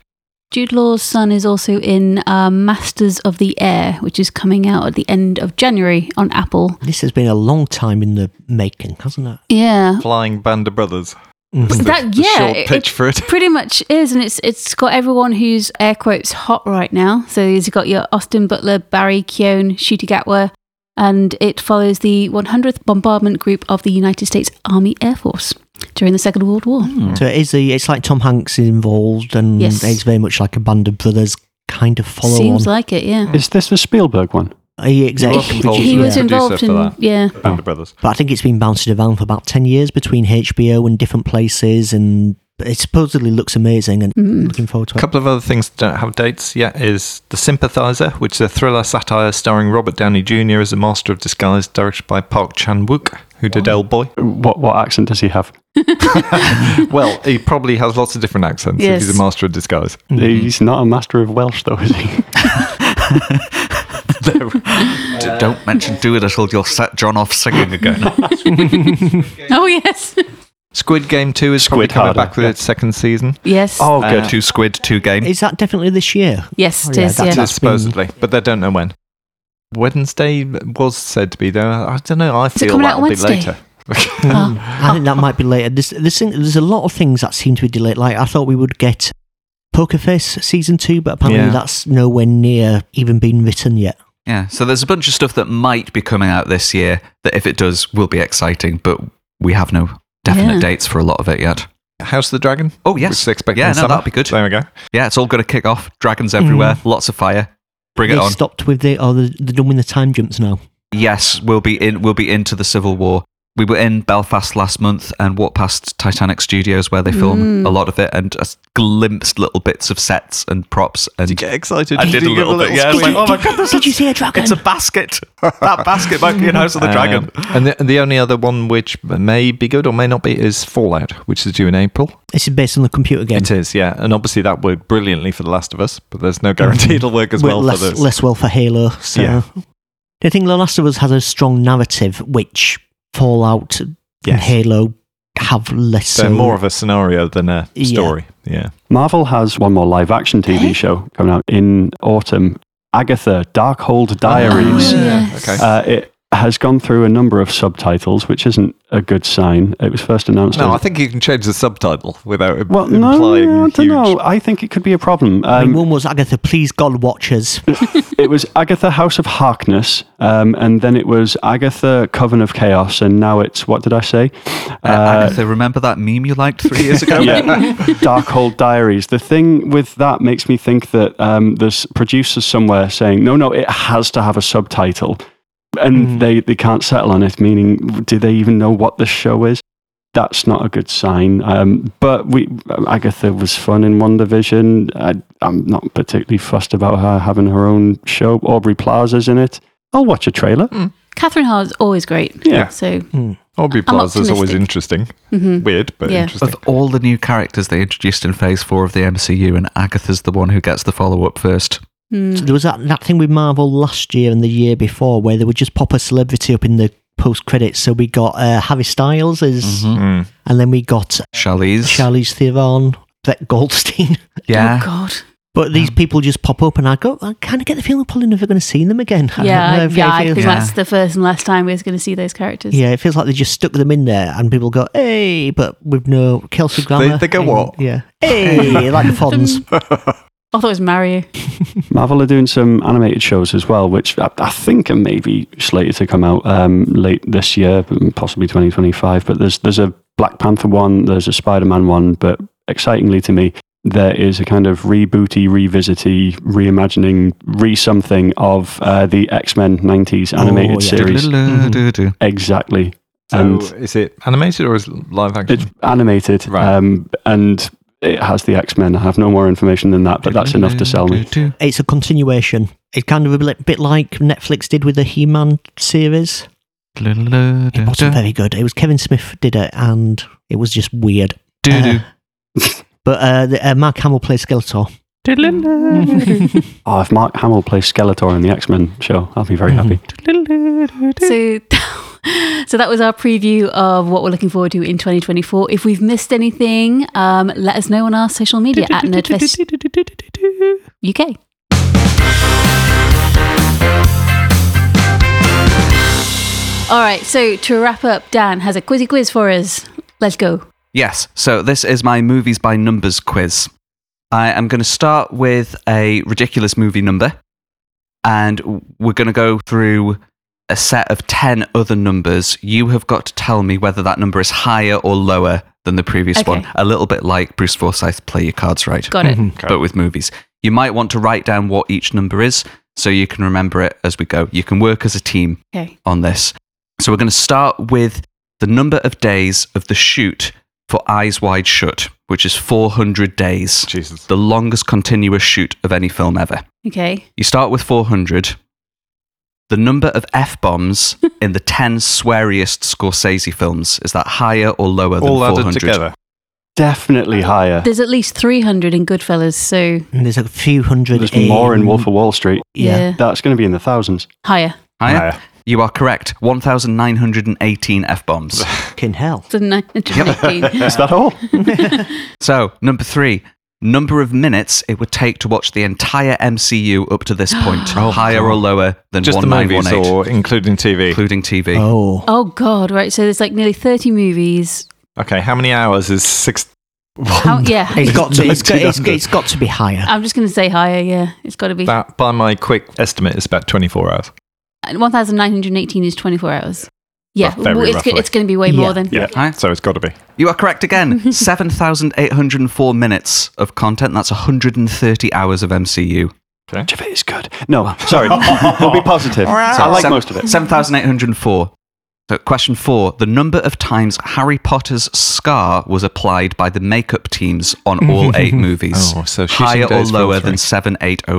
S6: Jude Law's son is also in uh, Masters of the Air, which is coming out at the end of January on Apple.
S2: This has been a long time in the making, hasn't it?
S6: Yeah.
S3: Flying Band of Brothers.
S2: Mhm.
S6: Is that
S3: The
S6: yeah?
S3: short
S6: it-
S3: pitch
S6: it
S3: for it.
S6: pretty much is, and it's it's got everyone who's air quotes hot right now. So you've got your Austin Butler, Barry Keown, Shooty Gatwa, and it follows the 100th Bombardment Group of the United States Army Air Force during the Second World War.
S3: Hmm.
S2: So it is the, it's like Tom Hanks is involved, and
S6: Yes.
S2: it's very much like a Band of Brothers kind of follow
S6: Seems
S2: on.
S6: like it, yeah.
S1: Is this the Spielberg one?
S2: Uh, yeah, exactly.
S3: Welcome
S2: Which
S3: Paul.
S2: is-
S6: He was
S2: yeah.
S3: in-
S6: involved
S3: Producer
S6: in
S3: for that.
S6: yeah.
S3: Band of Brothers.
S2: But I think it's been bouncing around for about 10 years between HBO and different places, and it supposedly looks amazing and
S6: Mm.
S2: looking forward to
S3: A
S2: it.
S3: couple of other things that don't have dates yet is The Sympathizer, which is a thriller satire starring Robert Downey Jr. as a master of disguise, directed by Park Chan Wook, who did
S7: Oh. <laughs>
S3: Boy.
S1: What what accent does he have?
S3: Well, he probably has lots of different accents if
S6: Yes.
S3: he's a master of disguise.
S1: He's not a master of Welsh though, is he?
S7: D- Don't mention Doolittle, you'll set John off singing again.
S6: <laughs> Oh yes,
S3: Squid Game 2 is
S1: Squid
S3: probably coming
S1: Harder,
S3: back with
S1: yeah.
S3: its second season.
S6: yes,
S1: oh,
S3: Uh,
S1: good.
S7: two squid, two game.
S2: Is that definitely this year?
S6: yes.
S2: Oh,
S6: It
S2: yeah,
S6: is, yeah,
S2: that's-
S3: It is
S2: been-
S3: supposedly, but they don't know when. Wednesday was said to be there. I don't know. I
S6: it
S3: feel
S6: coming
S3: that
S6: out
S3: will be
S6: Wednesday?
S3: later. <laughs>
S6: Oh,
S2: I think that might be later. This, this thing, there's a lot of things that seem to be delayed. Like, I thought we would get Poker Face Season 2, but apparently
S3: Yeah.
S2: that's nowhere near even being written yet.
S7: Yeah, so there's a bunch of stuff that might be coming out this year that, if it does, will be exciting, but we have no definite
S6: Yeah.
S7: dates for a lot of it yet.
S3: House of the Dragon.
S7: Oh, yes.
S3: Which is expected
S7: Yeah,
S3: in
S7: no,
S3: summer.
S7: that'd be good.
S3: There we go.
S7: Yeah, it's all going to kick off. Dragons everywhere,
S6: Mm.
S7: lots of fire. Bring
S2: they
S7: it on.
S2: stopped with the, or the, they're done with the time jumps now.
S7: Yes, we'll be in. We'll be into the Civil War. We were in Belfast last month and walked past Titanic Studios where they film a lot of it and just glimpsed little bits of sets and props. And
S3: Get excited.
S7: I did a
S3: You give
S7: little bit. Yeah, I was
S3: squeak.
S7: like, oh my god, there's
S2: Did you see a dragon?
S7: It's a basket. That basket might be in House of the Dragon.
S3: Um, and the, the only other one which may be good or may not be is Fallout, which is due in April.
S2: This is based on the computer game.
S3: It is, yeah. And obviously that worked brilliantly for The Last of Us, but there's no guarantee it'll work as
S2: Well,
S3: well
S2: less,
S3: for this.
S2: less well for Halo. So.
S3: Yeah.
S2: I think The Last of Us has a strong narrative, which Fallout and
S3: Yes.
S2: Halo have less.
S3: So
S2: so.
S3: more of a scenario than a
S2: Yeah.
S3: story. Yeah.
S1: Marvel has one more live action TV show coming out in autumn. Agatha, Darkhold Diaries.
S6: Oh, yes.
S3: Okay.
S1: Uh, it has gone through a number of subtitles, which isn't a good sign. It was first announced.
S3: no,
S1: as-
S3: I think you can change the subtitle without im-
S1: well, no,
S3: implying
S1: I don't
S3: huge.
S1: know. I think it could be a problem.
S2: I mean,
S1: Um,
S2: one was Agatha, please God watch us.
S1: it was Agatha House of Harkness, um, and then it was Agatha Coven of Chaos, and now it's what did I say?
S7: Uh, Agatha, remember that meme you liked three years ago?
S1: yeah, Darkhold Diaries. The thing with that makes me think that um, there's producers somewhere saying, no, no, it has to have a subtitle. And they, they can't settle on it, meaning, do they even know what the show is? That's not a good sign. Um, but we, Agatha was fun in One Division. I, I'm not particularly fussed about her having her own show. Aubrey Plaza's in it. I'll watch a trailer.
S6: Catherine Hart's always great.
S1: Yeah.
S6: So mm-hmm.
S3: Aubrey Plaza's always
S6: optimistic.
S3: interesting. Weird, but
S6: Yeah.
S3: interesting.
S7: <laughs> Of all the new characters they introduced in Phase Four of the MCU, and Agatha's the one who gets the follow up first.
S6: Mm.
S2: there was that, that thing with Marvel last year and the year before where they would just pop a celebrity up in the post credits. So we got uh, Harry Styles, as,
S3: <laughs> Mm.
S2: and then we got
S7: Mm-hmm. Charlize.
S2: Charlize Theron, Brett Goldstein. <laughs>
S7: yeah.
S6: Oh God.
S2: But these people just pop up, and I go, I kind of get the feeling I'm probably never going to see them again. I don't know
S6: Yeah,
S2: if-
S6: yeah, I
S2: if-
S6: think
S7: Yeah.
S6: that's the first and last time we're going to see those characters.
S2: yeah, it feels like they just stuck them in there, and people go, "Hey," but with no Kelsey Grammer.
S3: they go,
S2: and-
S3: "What?"
S2: Yeah,
S3: <laughs>
S2: hey, like the Fonz.
S6: I thought it was Mario.
S1: Marvel are doing some animated shows as well, which I, I think are maybe slated to come out um, late this year, um, possibly 2025. But there's there's a Black Panther one, there's a Spider Man one, but excitingly to me, there is a kind of rebooty, revisity, reimagining, re something of uh, the X Men 90s animated
S2: yeah.
S1: series.
S7: Do-do-do-do-do.
S1: Mm-hmm. Exactly.
S3: Oh, So
S1: and
S3: is it animated or is it live action?
S1: it's animated,
S3: Right.
S1: um, and it has the X Men. I have no more information than that, but that's enough to sell me.
S7: Do-do-do-do.
S2: It's a continuation. It's kind of a bit bit like Netflix did with the He-Man series. It wasn't
S7: Do-do-do-do.
S2: very good. It was Kevin Smith did it, and it was just weird.
S7: Do-do.
S2: But uh, the, uh, Mark Hamill plays Skeletor.
S1: Oh, if Mark Hamill plays Skeletor in the X Men show, I'll be very happy.
S6: <laughs> So, <laughs> so that was our preview of what we're looking forward to in 2024. If we've missed anything, um, let us know on our social media at Nerdfest UK. All right, so to wrap up, Dan has a quizzy quiz for us. Let's go.
S7: Yes, so this is my movies by numbers quiz. I am going to start with a ridiculous movie number, and we're going to go through a set of 10 other numbers. You have got to tell me whether that number is higher or lower than the previous
S6: Okay.
S7: one. A little bit like Bruce Forsyth, play your cards right,
S2: <laughs>
S6: Got it.
S7: but with movies. You might want to write down what each number is so you can remember it as we go. You can work as a team
S6: Okay.
S7: on this. So we're going to start with the number of days of the shoot for Eyes Wide Shut, which is 400 days,
S3: Jesus.
S7: the longest continuous shoot of any film ever.
S6: Okay.
S7: You start with 400. The number of
S3: <laughs>
S7: F bombs in the 10 sweariest Scorsese films is that higher or lower
S3: All
S7: than
S3: added
S7: 400?
S3: together.
S1: <laughs> Definitely higher.
S6: There's at least 300 in Goodfellas, so
S2: And there's a few hundred.
S1: There's more in Wolf of Wall Street.
S6: yeah,
S2: Yeah.
S1: That's going to be in the
S7: <laughs>
S1: thousands.
S6: higher.
S7: Higher?
S3: Higher.
S7: You are correct. 1,918 F bombs.
S2: Fucking
S6: <laughs>
S2: hell.
S6: Didn't I?
S1: <laughs> Is that all?
S7: So, number three, number of minutes it would take to watch the entire MCU up to this point, higher or lower than
S3: Just the movies oh,
S7: 1918,
S3: or including TV?
S7: including
S2: <laughs>
S7: TV.
S2: Oh.
S6: Oh God! Right, so there's like nearly 30 movies.
S3: Okay, how many hours is six?
S6: How, yeah,
S2: It's got to. It's got, it's,
S3: 200.
S2: it's got to be higher.
S6: I'm just going to say higher. Yeah, it's got to be
S3: That, by my quick estimate, is about 24 hours.
S6: 1,918 is 24 hours. Yeah,
S3: Rough- very
S6: well, it's,
S3: roughly.
S6: it's going to be way more
S2: Yeah.
S6: than.
S3: Yeah,
S7: Higher?
S3: so it's got to be.
S7: You are correct again. 7,804 minutes of content. That's 130 hours of MCU.
S1: Much of it is good. No,
S7: <laughs>
S1: sorry. we'll be positive. I like
S7: seven-
S1: most of it.
S7: 7,804. So, question four the number of times Harry Potter's scar was applied by the makeup teams on all eight movies.
S3: Oh, so shooting
S7: higher or
S3: days for all
S7: lower
S3: three.
S7: than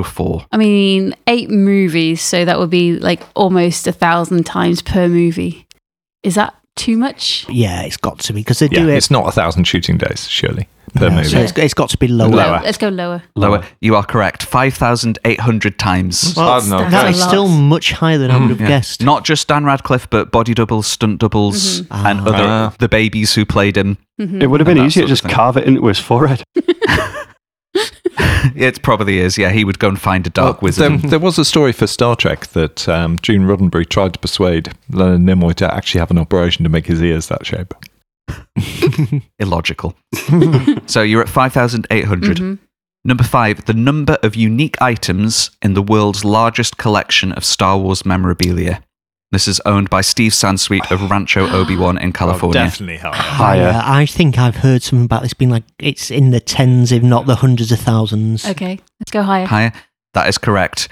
S7: 7,804.
S6: I mean, eight movies, so that would be like almost a thousand times per movie. Is that too much?
S2: Yeah, it's got to be because they
S3: Yeah,
S2: do it.
S3: it's not a thousand shooting days, surely, per
S2: No,
S3: movie.
S2: so it's, it's got to be lower.
S3: Lower.
S6: Let's go lower.
S7: Lower. You are correct. 5,800 times.
S3: I don't know.
S6: That's
S2: That
S6: a
S2: is
S6: lot.
S2: still much higher than I would have
S7: Yeah.
S2: guessed.
S7: Not just Dan Radcliffe, but body doubles, stunt doubles, and
S2: Ah.
S7: other
S3: Ah.
S7: the babies who played him. <laughs>
S6: Mm-hmm.
S1: It would have been
S7: That
S1: easier
S7: sort of
S1: to just
S7: thing.
S1: carve it into his forehead.
S6: <laughs>
S7: It probably is. Yeah, he would go and find a dark
S3: Well,
S7: wizard.
S3: There, there was a story for Star Trek that um, Gene Roddenberry tried to persuade Leonard Nimoy to actually have an operation to make his ears that shape.
S7: <laughs>
S2: Oh,
S3: <laughs>
S7: Illogical. so you're at five
S6: Mm-hmm.
S7: Number five, the number of unique items in the world's largest collection of Star Wars memorabilia. This is owned by Steve Sansweet of Rancho Obi Wan
S3: Oh,
S7: in California.
S3: higher.
S1: Higher.
S2: Yeah, I think I've heard something about this being like it's in the tens, if not the hundreds of thousands.
S6: Okay, let's go higher.
S7: Higher. That is correct.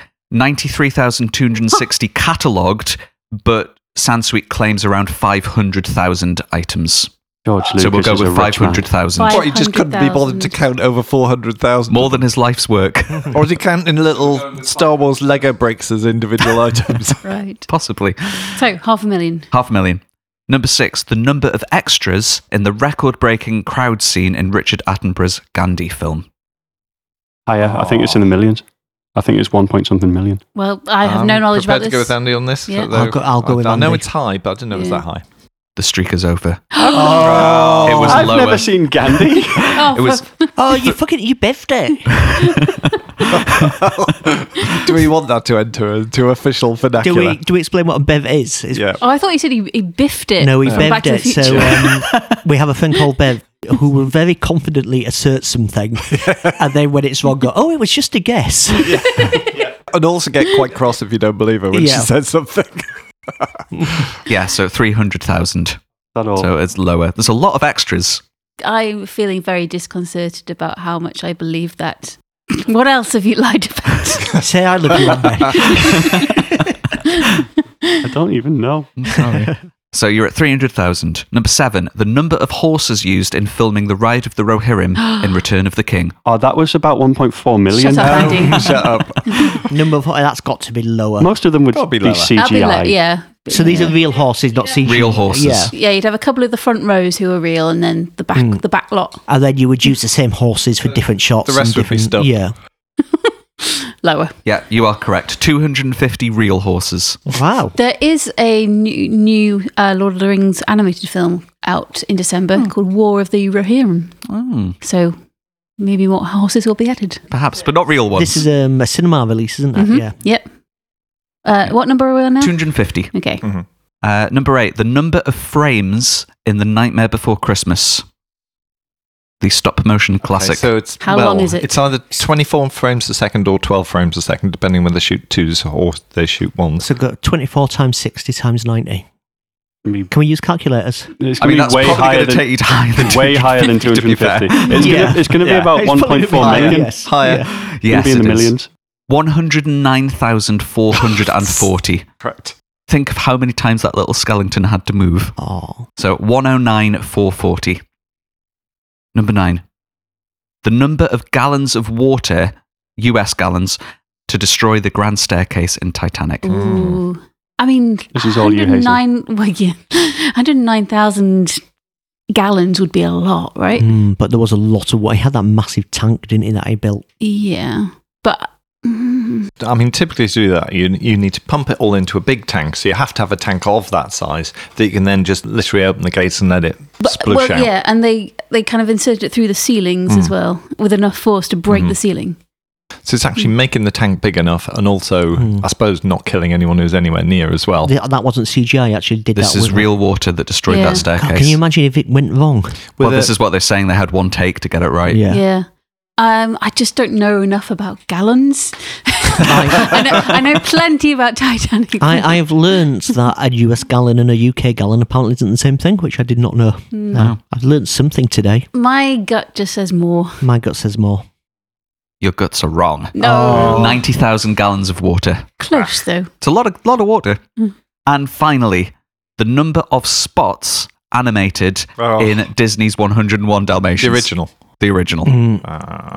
S7: 93,260 catalogued, but Sansweet claims around 500,000 items.
S1: George Lucas
S7: so we'll go
S1: is a
S7: with
S1: rich man.
S7: 500,000.
S3: What, he just couldn't be bothered to
S6: 500,000.
S3: count over 400,000?
S7: More than his life's work, <laughs>
S3: Or was he counting little Star Wars Lego bricks as <laughs> individual items?
S6: Right.
S7: possibly.
S6: So half a million.
S7: Half a million. Number six, the number of extras in the record breaking crowd scene in Richard Attenborough's Gandhi film.
S1: Higher. I think it's in the millions. I think it's one point something million.
S6: Well, I have no
S3: I'm
S6: knowledge about
S3: Um, prepared
S6: this.
S3: to go with Andy on this.
S6: Yeah.
S3: though
S2: I'll go- I'll go
S3: I-
S2: with
S3: I know
S2: Andy.
S3: it's high, but I didn't know it was
S6: Yeah.
S3: that high.
S7: The streak is over.
S3: Oh,
S7: It was
S1: I've
S7: lower. <laughs>
S6: <laughs>
S1: never seen Gandhi.
S6: Oh,
S7: It was
S2: Oh, you fucking you biffed it.
S3: <laughs> Do we want that to enter to official
S2: Do
S3: vernacular?
S2: we do we explain what a bev is? Is-
S3: <laughs> Yeah.
S6: Oh, I thought you said he, he biffed it.
S2: No, we
S6: from Back
S2: bevved
S6: to the
S2: it. So
S6: Future. <laughs>
S2: um, we have a thing called bev who will very confidently assert something, and then when it's wrong, go, "Oh, it was just a guess." <laughs>
S3: <laughs> And also get quite cross if you don't believe her when
S2: Yeah.
S3: she says <laughs> something.
S7: yeah, so 300,000.
S1: That all.
S7: So it's lower. There's a lot of extras.
S6: I'm feeling very disconcerted about how much I believe that. <laughs> what else have you lied
S2: <laughs>
S6: about?
S2: Say, "I love you, Amber."
S1: I don't even know. <laughs>
S7: So you're at 300,000. Number seven, the number of horses used in filming The Ride of the
S1: <gasps>
S7: Rohirrim in Return of the King.
S1: Oh, that was about 1.4 million.
S6: Shut up,
S1: pounds.
S6: Andy.
S3: Um, Shut up.
S2: Number of, that's got to be lower.
S1: Most of them would
S3: That'll be
S1: be,
S3: lower.
S1: CGI.
S6: That'll be like, yeah.
S2: so these are real horses, not CG.
S7: Real horses.
S2: Yeah.
S6: Yeah, you'd have a couple of the front rows who are real, and then the
S2: Hmm.
S6: back, the back lot
S2: And then you would use the same horses for different shots.
S3: the
S2: and
S3: rest would be
S2: different,
S3: stuff.
S2: Yeah.
S6: lower.
S7: Yeah, you are correct. 250 real horses.
S2: Wow.
S6: There is a new, new uh, Lord of the Rings animated film out in December called War of the Rohirrim.
S7: Hmm,
S6: So maybe more horses will be added.
S7: perhaps, but not real ones.
S2: This is um, a cinema release, isn't it?
S6: Mhm.
S2: Yeah.
S6: Yep. Uh, what number are we on now?
S7: 250.
S6: Okay.
S7: Uh, number eight, the number of frames in The Nightmare Before Christmas. The stop motion
S3: <laughs>
S7: classic.
S3: Okay, so it's
S6: How
S3: well,
S6: long is it?
S3: It's either 24 frames a second or 12 frames a second, depending whether they shoot twos or they shoot ones.
S2: So go 24 times 60 times 90.
S1: Be-
S2: Can we use calculators?
S1: It's
S7: I
S1: going to
S7: mean, that's
S1: be way
S7: probably
S1: higher
S7: going to
S1: than,
S7: take you higher than
S1: <laughs> way higher than
S7: 250, <laughs> to be
S1: 250.
S7: fair.
S1: It's
S2: Yeah.
S1: gonna it's going to be
S7: Yeah.
S1: about
S2: It's probably
S1: 1.4
S2: higher,
S1: million.
S2: yes.
S3: Higher.
S2: Yeah.
S1: It'll
S7: Yes,
S1: be in
S7: it
S1: the
S7: is.
S1: millions.
S7: 109,440.
S3: Correct.
S7: Think of how many times that little skeleton had to move.
S2: Oh.
S7: So 109,440. Number nine, the number of gallons of water, US gallons, to destroy the grand staircase in Titanic.
S6: Ooh. I mean,
S1: This is all you, Hazel.
S6: 109 well, yeah, <laughs> 109,000 gallons would be a lot, right?
S2: Mm, but there was a lot of water. He had that massive tank, didn't he, that he built?
S6: Yeah. But mm,
S3: I mean, typically to do that, you, you need to pump it all into a big tank. So you have to have a tank of that size that you can then just literally open the gates and let it
S6: but,
S3: splish
S6: well,
S3: out.
S6: yeah, and they they kind of inserted it through the ceilings
S1: Mm.
S6: as well with enough force to break
S1: Mm-hmm.
S6: the ceiling.
S3: So it's actually making the tank big enough and also, I suppose, not killing anyone who's anywhere near as well.
S2: Th- That wasn't CGI, he actually did
S7: This
S2: that.
S7: is
S2: wasn't it?
S7: real water that destroyed
S6: Yeah.
S7: that
S6: God,
S7: staircase.
S2: God, can you imagine if it went wrong?
S7: well,
S3: With
S7: this
S3: a-
S7: is what they're saying. They had one take to get it right.
S2: Yeah.
S6: Yeah. Um, I just don't know enough about gallons. <laughs> I, know, I know plenty about Titanic.
S2: I, I have learned
S6: <laughs>
S2: that a US gallon and a UK gallon apparently isn't the same thing, which I did not know. No. I've learned something today.
S6: Mm. My gut just says more.
S2: My gut says more.
S7: Your guts are wrong.
S1: Oh.
S6: No.
S7: 90,000 gallons of water.
S6: Close, though.
S7: It's a lot of, lot of water.
S2: Mm.
S7: And finally, the number of spots animated
S3: Oh.
S7: in Disney's
S3: the
S7: 101 Dalmatians.
S3: original. Ah.
S7: The original.
S2: Mm.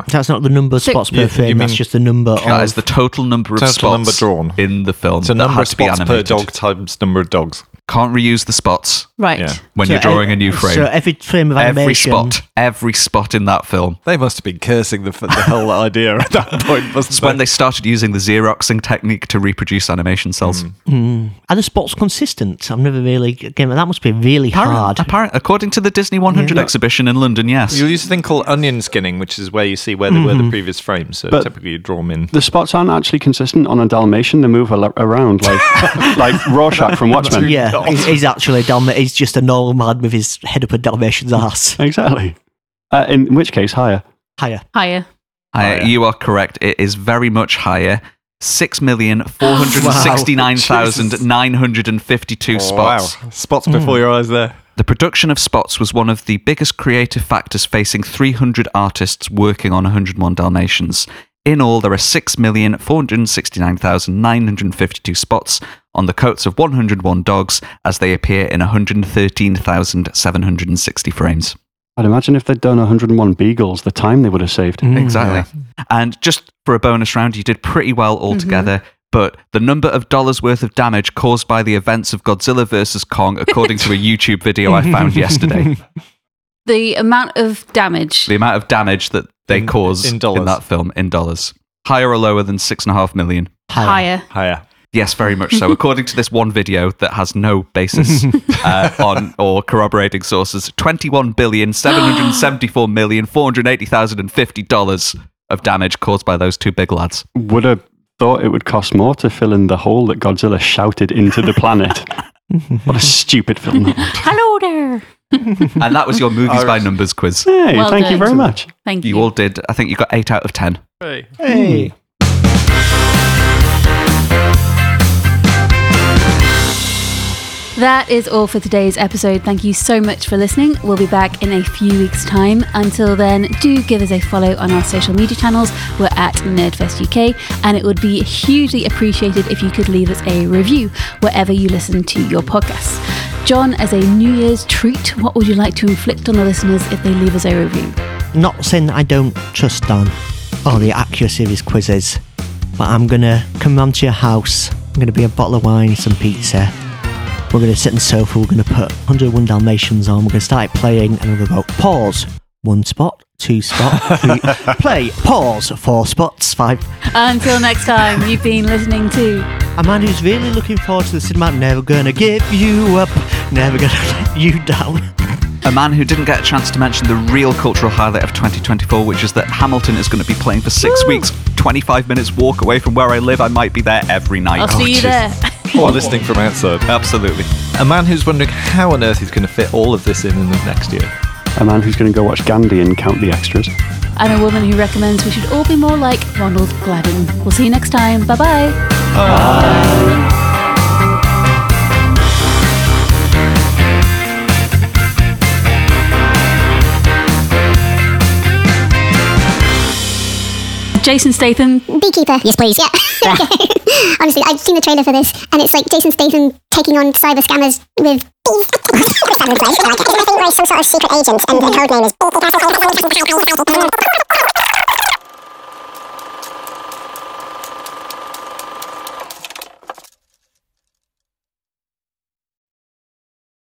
S2: That's not the number of
S6: So-
S2: spots per
S3: You- you
S2: frame, that's
S3: mean-
S2: just the number
S7: That
S2: of.
S7: is the total number of
S3: Total
S7: spots
S3: number drawn.
S7: in the film.
S3: It's a
S7: that
S3: number
S7: had
S3: of
S7: to be
S3: spots per
S7: animated.
S3: dog times number of dogs.
S7: Can't reuse the spots
S6: Right.
S3: Yeah.
S7: when
S2: So
S7: you're drawing a new
S2: ev-
S7: frame.
S2: So every frame of
S7: every
S2: e- animation.
S7: spot, every spot in that film.
S3: They must have been cursing the, the <laughs> whole idea at that point,
S7: It's
S3: mustn't
S7: when they started using the Xeroxing technique to reproduce animation cells.
S3: Hmm.
S2: Mm. Are the spots consistent? I've never really. Again, that must be really hard.
S7: Apparent, apparent, according to the Disney 100 exhibition in London, yes.
S3: You'll use a thing called onion skinning, which is where you see where they were the previous frames. So
S1: But-
S3: typically you draw them in.
S1: The spots aren't actually consistent on a Dalmatian. They move al- around
S2: <laughs>
S1: like like Rorschach from Watchmen.
S2: Yeah, he's, he's actually a Dalma- He's just a normal man with his head up a Dalmatian's ass.
S1: Exactly. Uh, in which case, higher.
S2: Higher.
S6: Higher.
S7: Uh, you are correct. It is very much higher. Six million four hundred sixty-nine thousand nine hundred and fifty-two spots.
S3: Wow. Spots before your eyes there.
S7: The production of spots was one of the biggest creative factors facing 300 artists working on 101 Dalmatians. In all, there are 6,469,952 spots on the coats of 101 dogs as they appear in 113,760 frames.
S1: I'd imagine if they'd done 101 beagles, the time they would have saved.
S2: Mm.
S3: Hmm,
S7: Exactly. And just for a bonus round, you did pretty well altogether. But the number of dollars worth of damage caused by the events of Godzilla versus Kong, according to a YouTube video I found yesterday,
S6: The amount of damage.
S7: the amount of damage that they
S3: In-
S7: caused
S3: in
S7: in,
S3: dollars.
S7: that film in dollars, higher or lower than six and a half million?
S6: Higher.
S3: Higher.
S7: Yes, very much so. according to this one video that has no basis uh, on or corroborating sources, twenty-one billion seven hundred seventy-four million four hundred eighty thousand and fifty dollars of damage caused by those two big lads.
S1: Would have thought it would cost more to fill in the hole that Godzilla shouted into the
S2: <laughs>
S1: planet. what a stupid film.
S6: Hello there.
S7: And that <laughs> was your movies by numbers quiz.
S1: Hey,
S6: Well
S1: thank you
S6: done.
S1: very much.
S6: Thank you.
S7: You all did. I think you got eight out of ten.
S2: Hey.
S6: That is all for today's episode. Thank you so much for listening. We'll be back in a few weeks' time. Until then, do give us a follow on our social media channels. We're at Nerdfest UK, and it would be hugely appreciated if you could leave us a review wherever you listen to your podcasts. John, as a New Year's treat, what would you like to inflict on the listeners if they leave us a review?
S2: Not saying that I don't trust Dan or the accuracy of his quizzes, but I'm gonna come round to your house. I'm gonna be a bottle of wine, some pizza. We're gonna sit on the sofa. We're gonna put 101 Dalmatians on. We're gonna start playing, and we're gonna go pause. One spot, two spot, three. play pause. Four spots, five.
S6: Until next time, you've been listening to.
S2: A man who's really looking forward to the cinema. Never gonna give you up. Never gonna <laughs> let you down.
S7: A man who didn't get a chance to mention the real cultural highlight of 2024, which is that Hamilton is going to be playing for six weeks, 25 minutes walk away from where I live. I might be there every night.
S6: I'll see you there.
S3: Or listening Oh, from outside.
S7: Absolutely.
S3: A man who's wondering how on earth he's going to fit all of this in in the next year.
S1: A man who's going to go watch Gandhi and count the extras.
S6: I'm a woman who recommends we should all be more like Ronald Gladden. We'll see you next time. Bye bye. Jason Statham.
S8: Beekeeper. Yes, please. Yeah. <laughs> Honestly, I've seen the trailer for this, and it's like Jason Statham taking on cyber scammers with bees. It's my favourite, he's some sort of secret agent, and the code name is.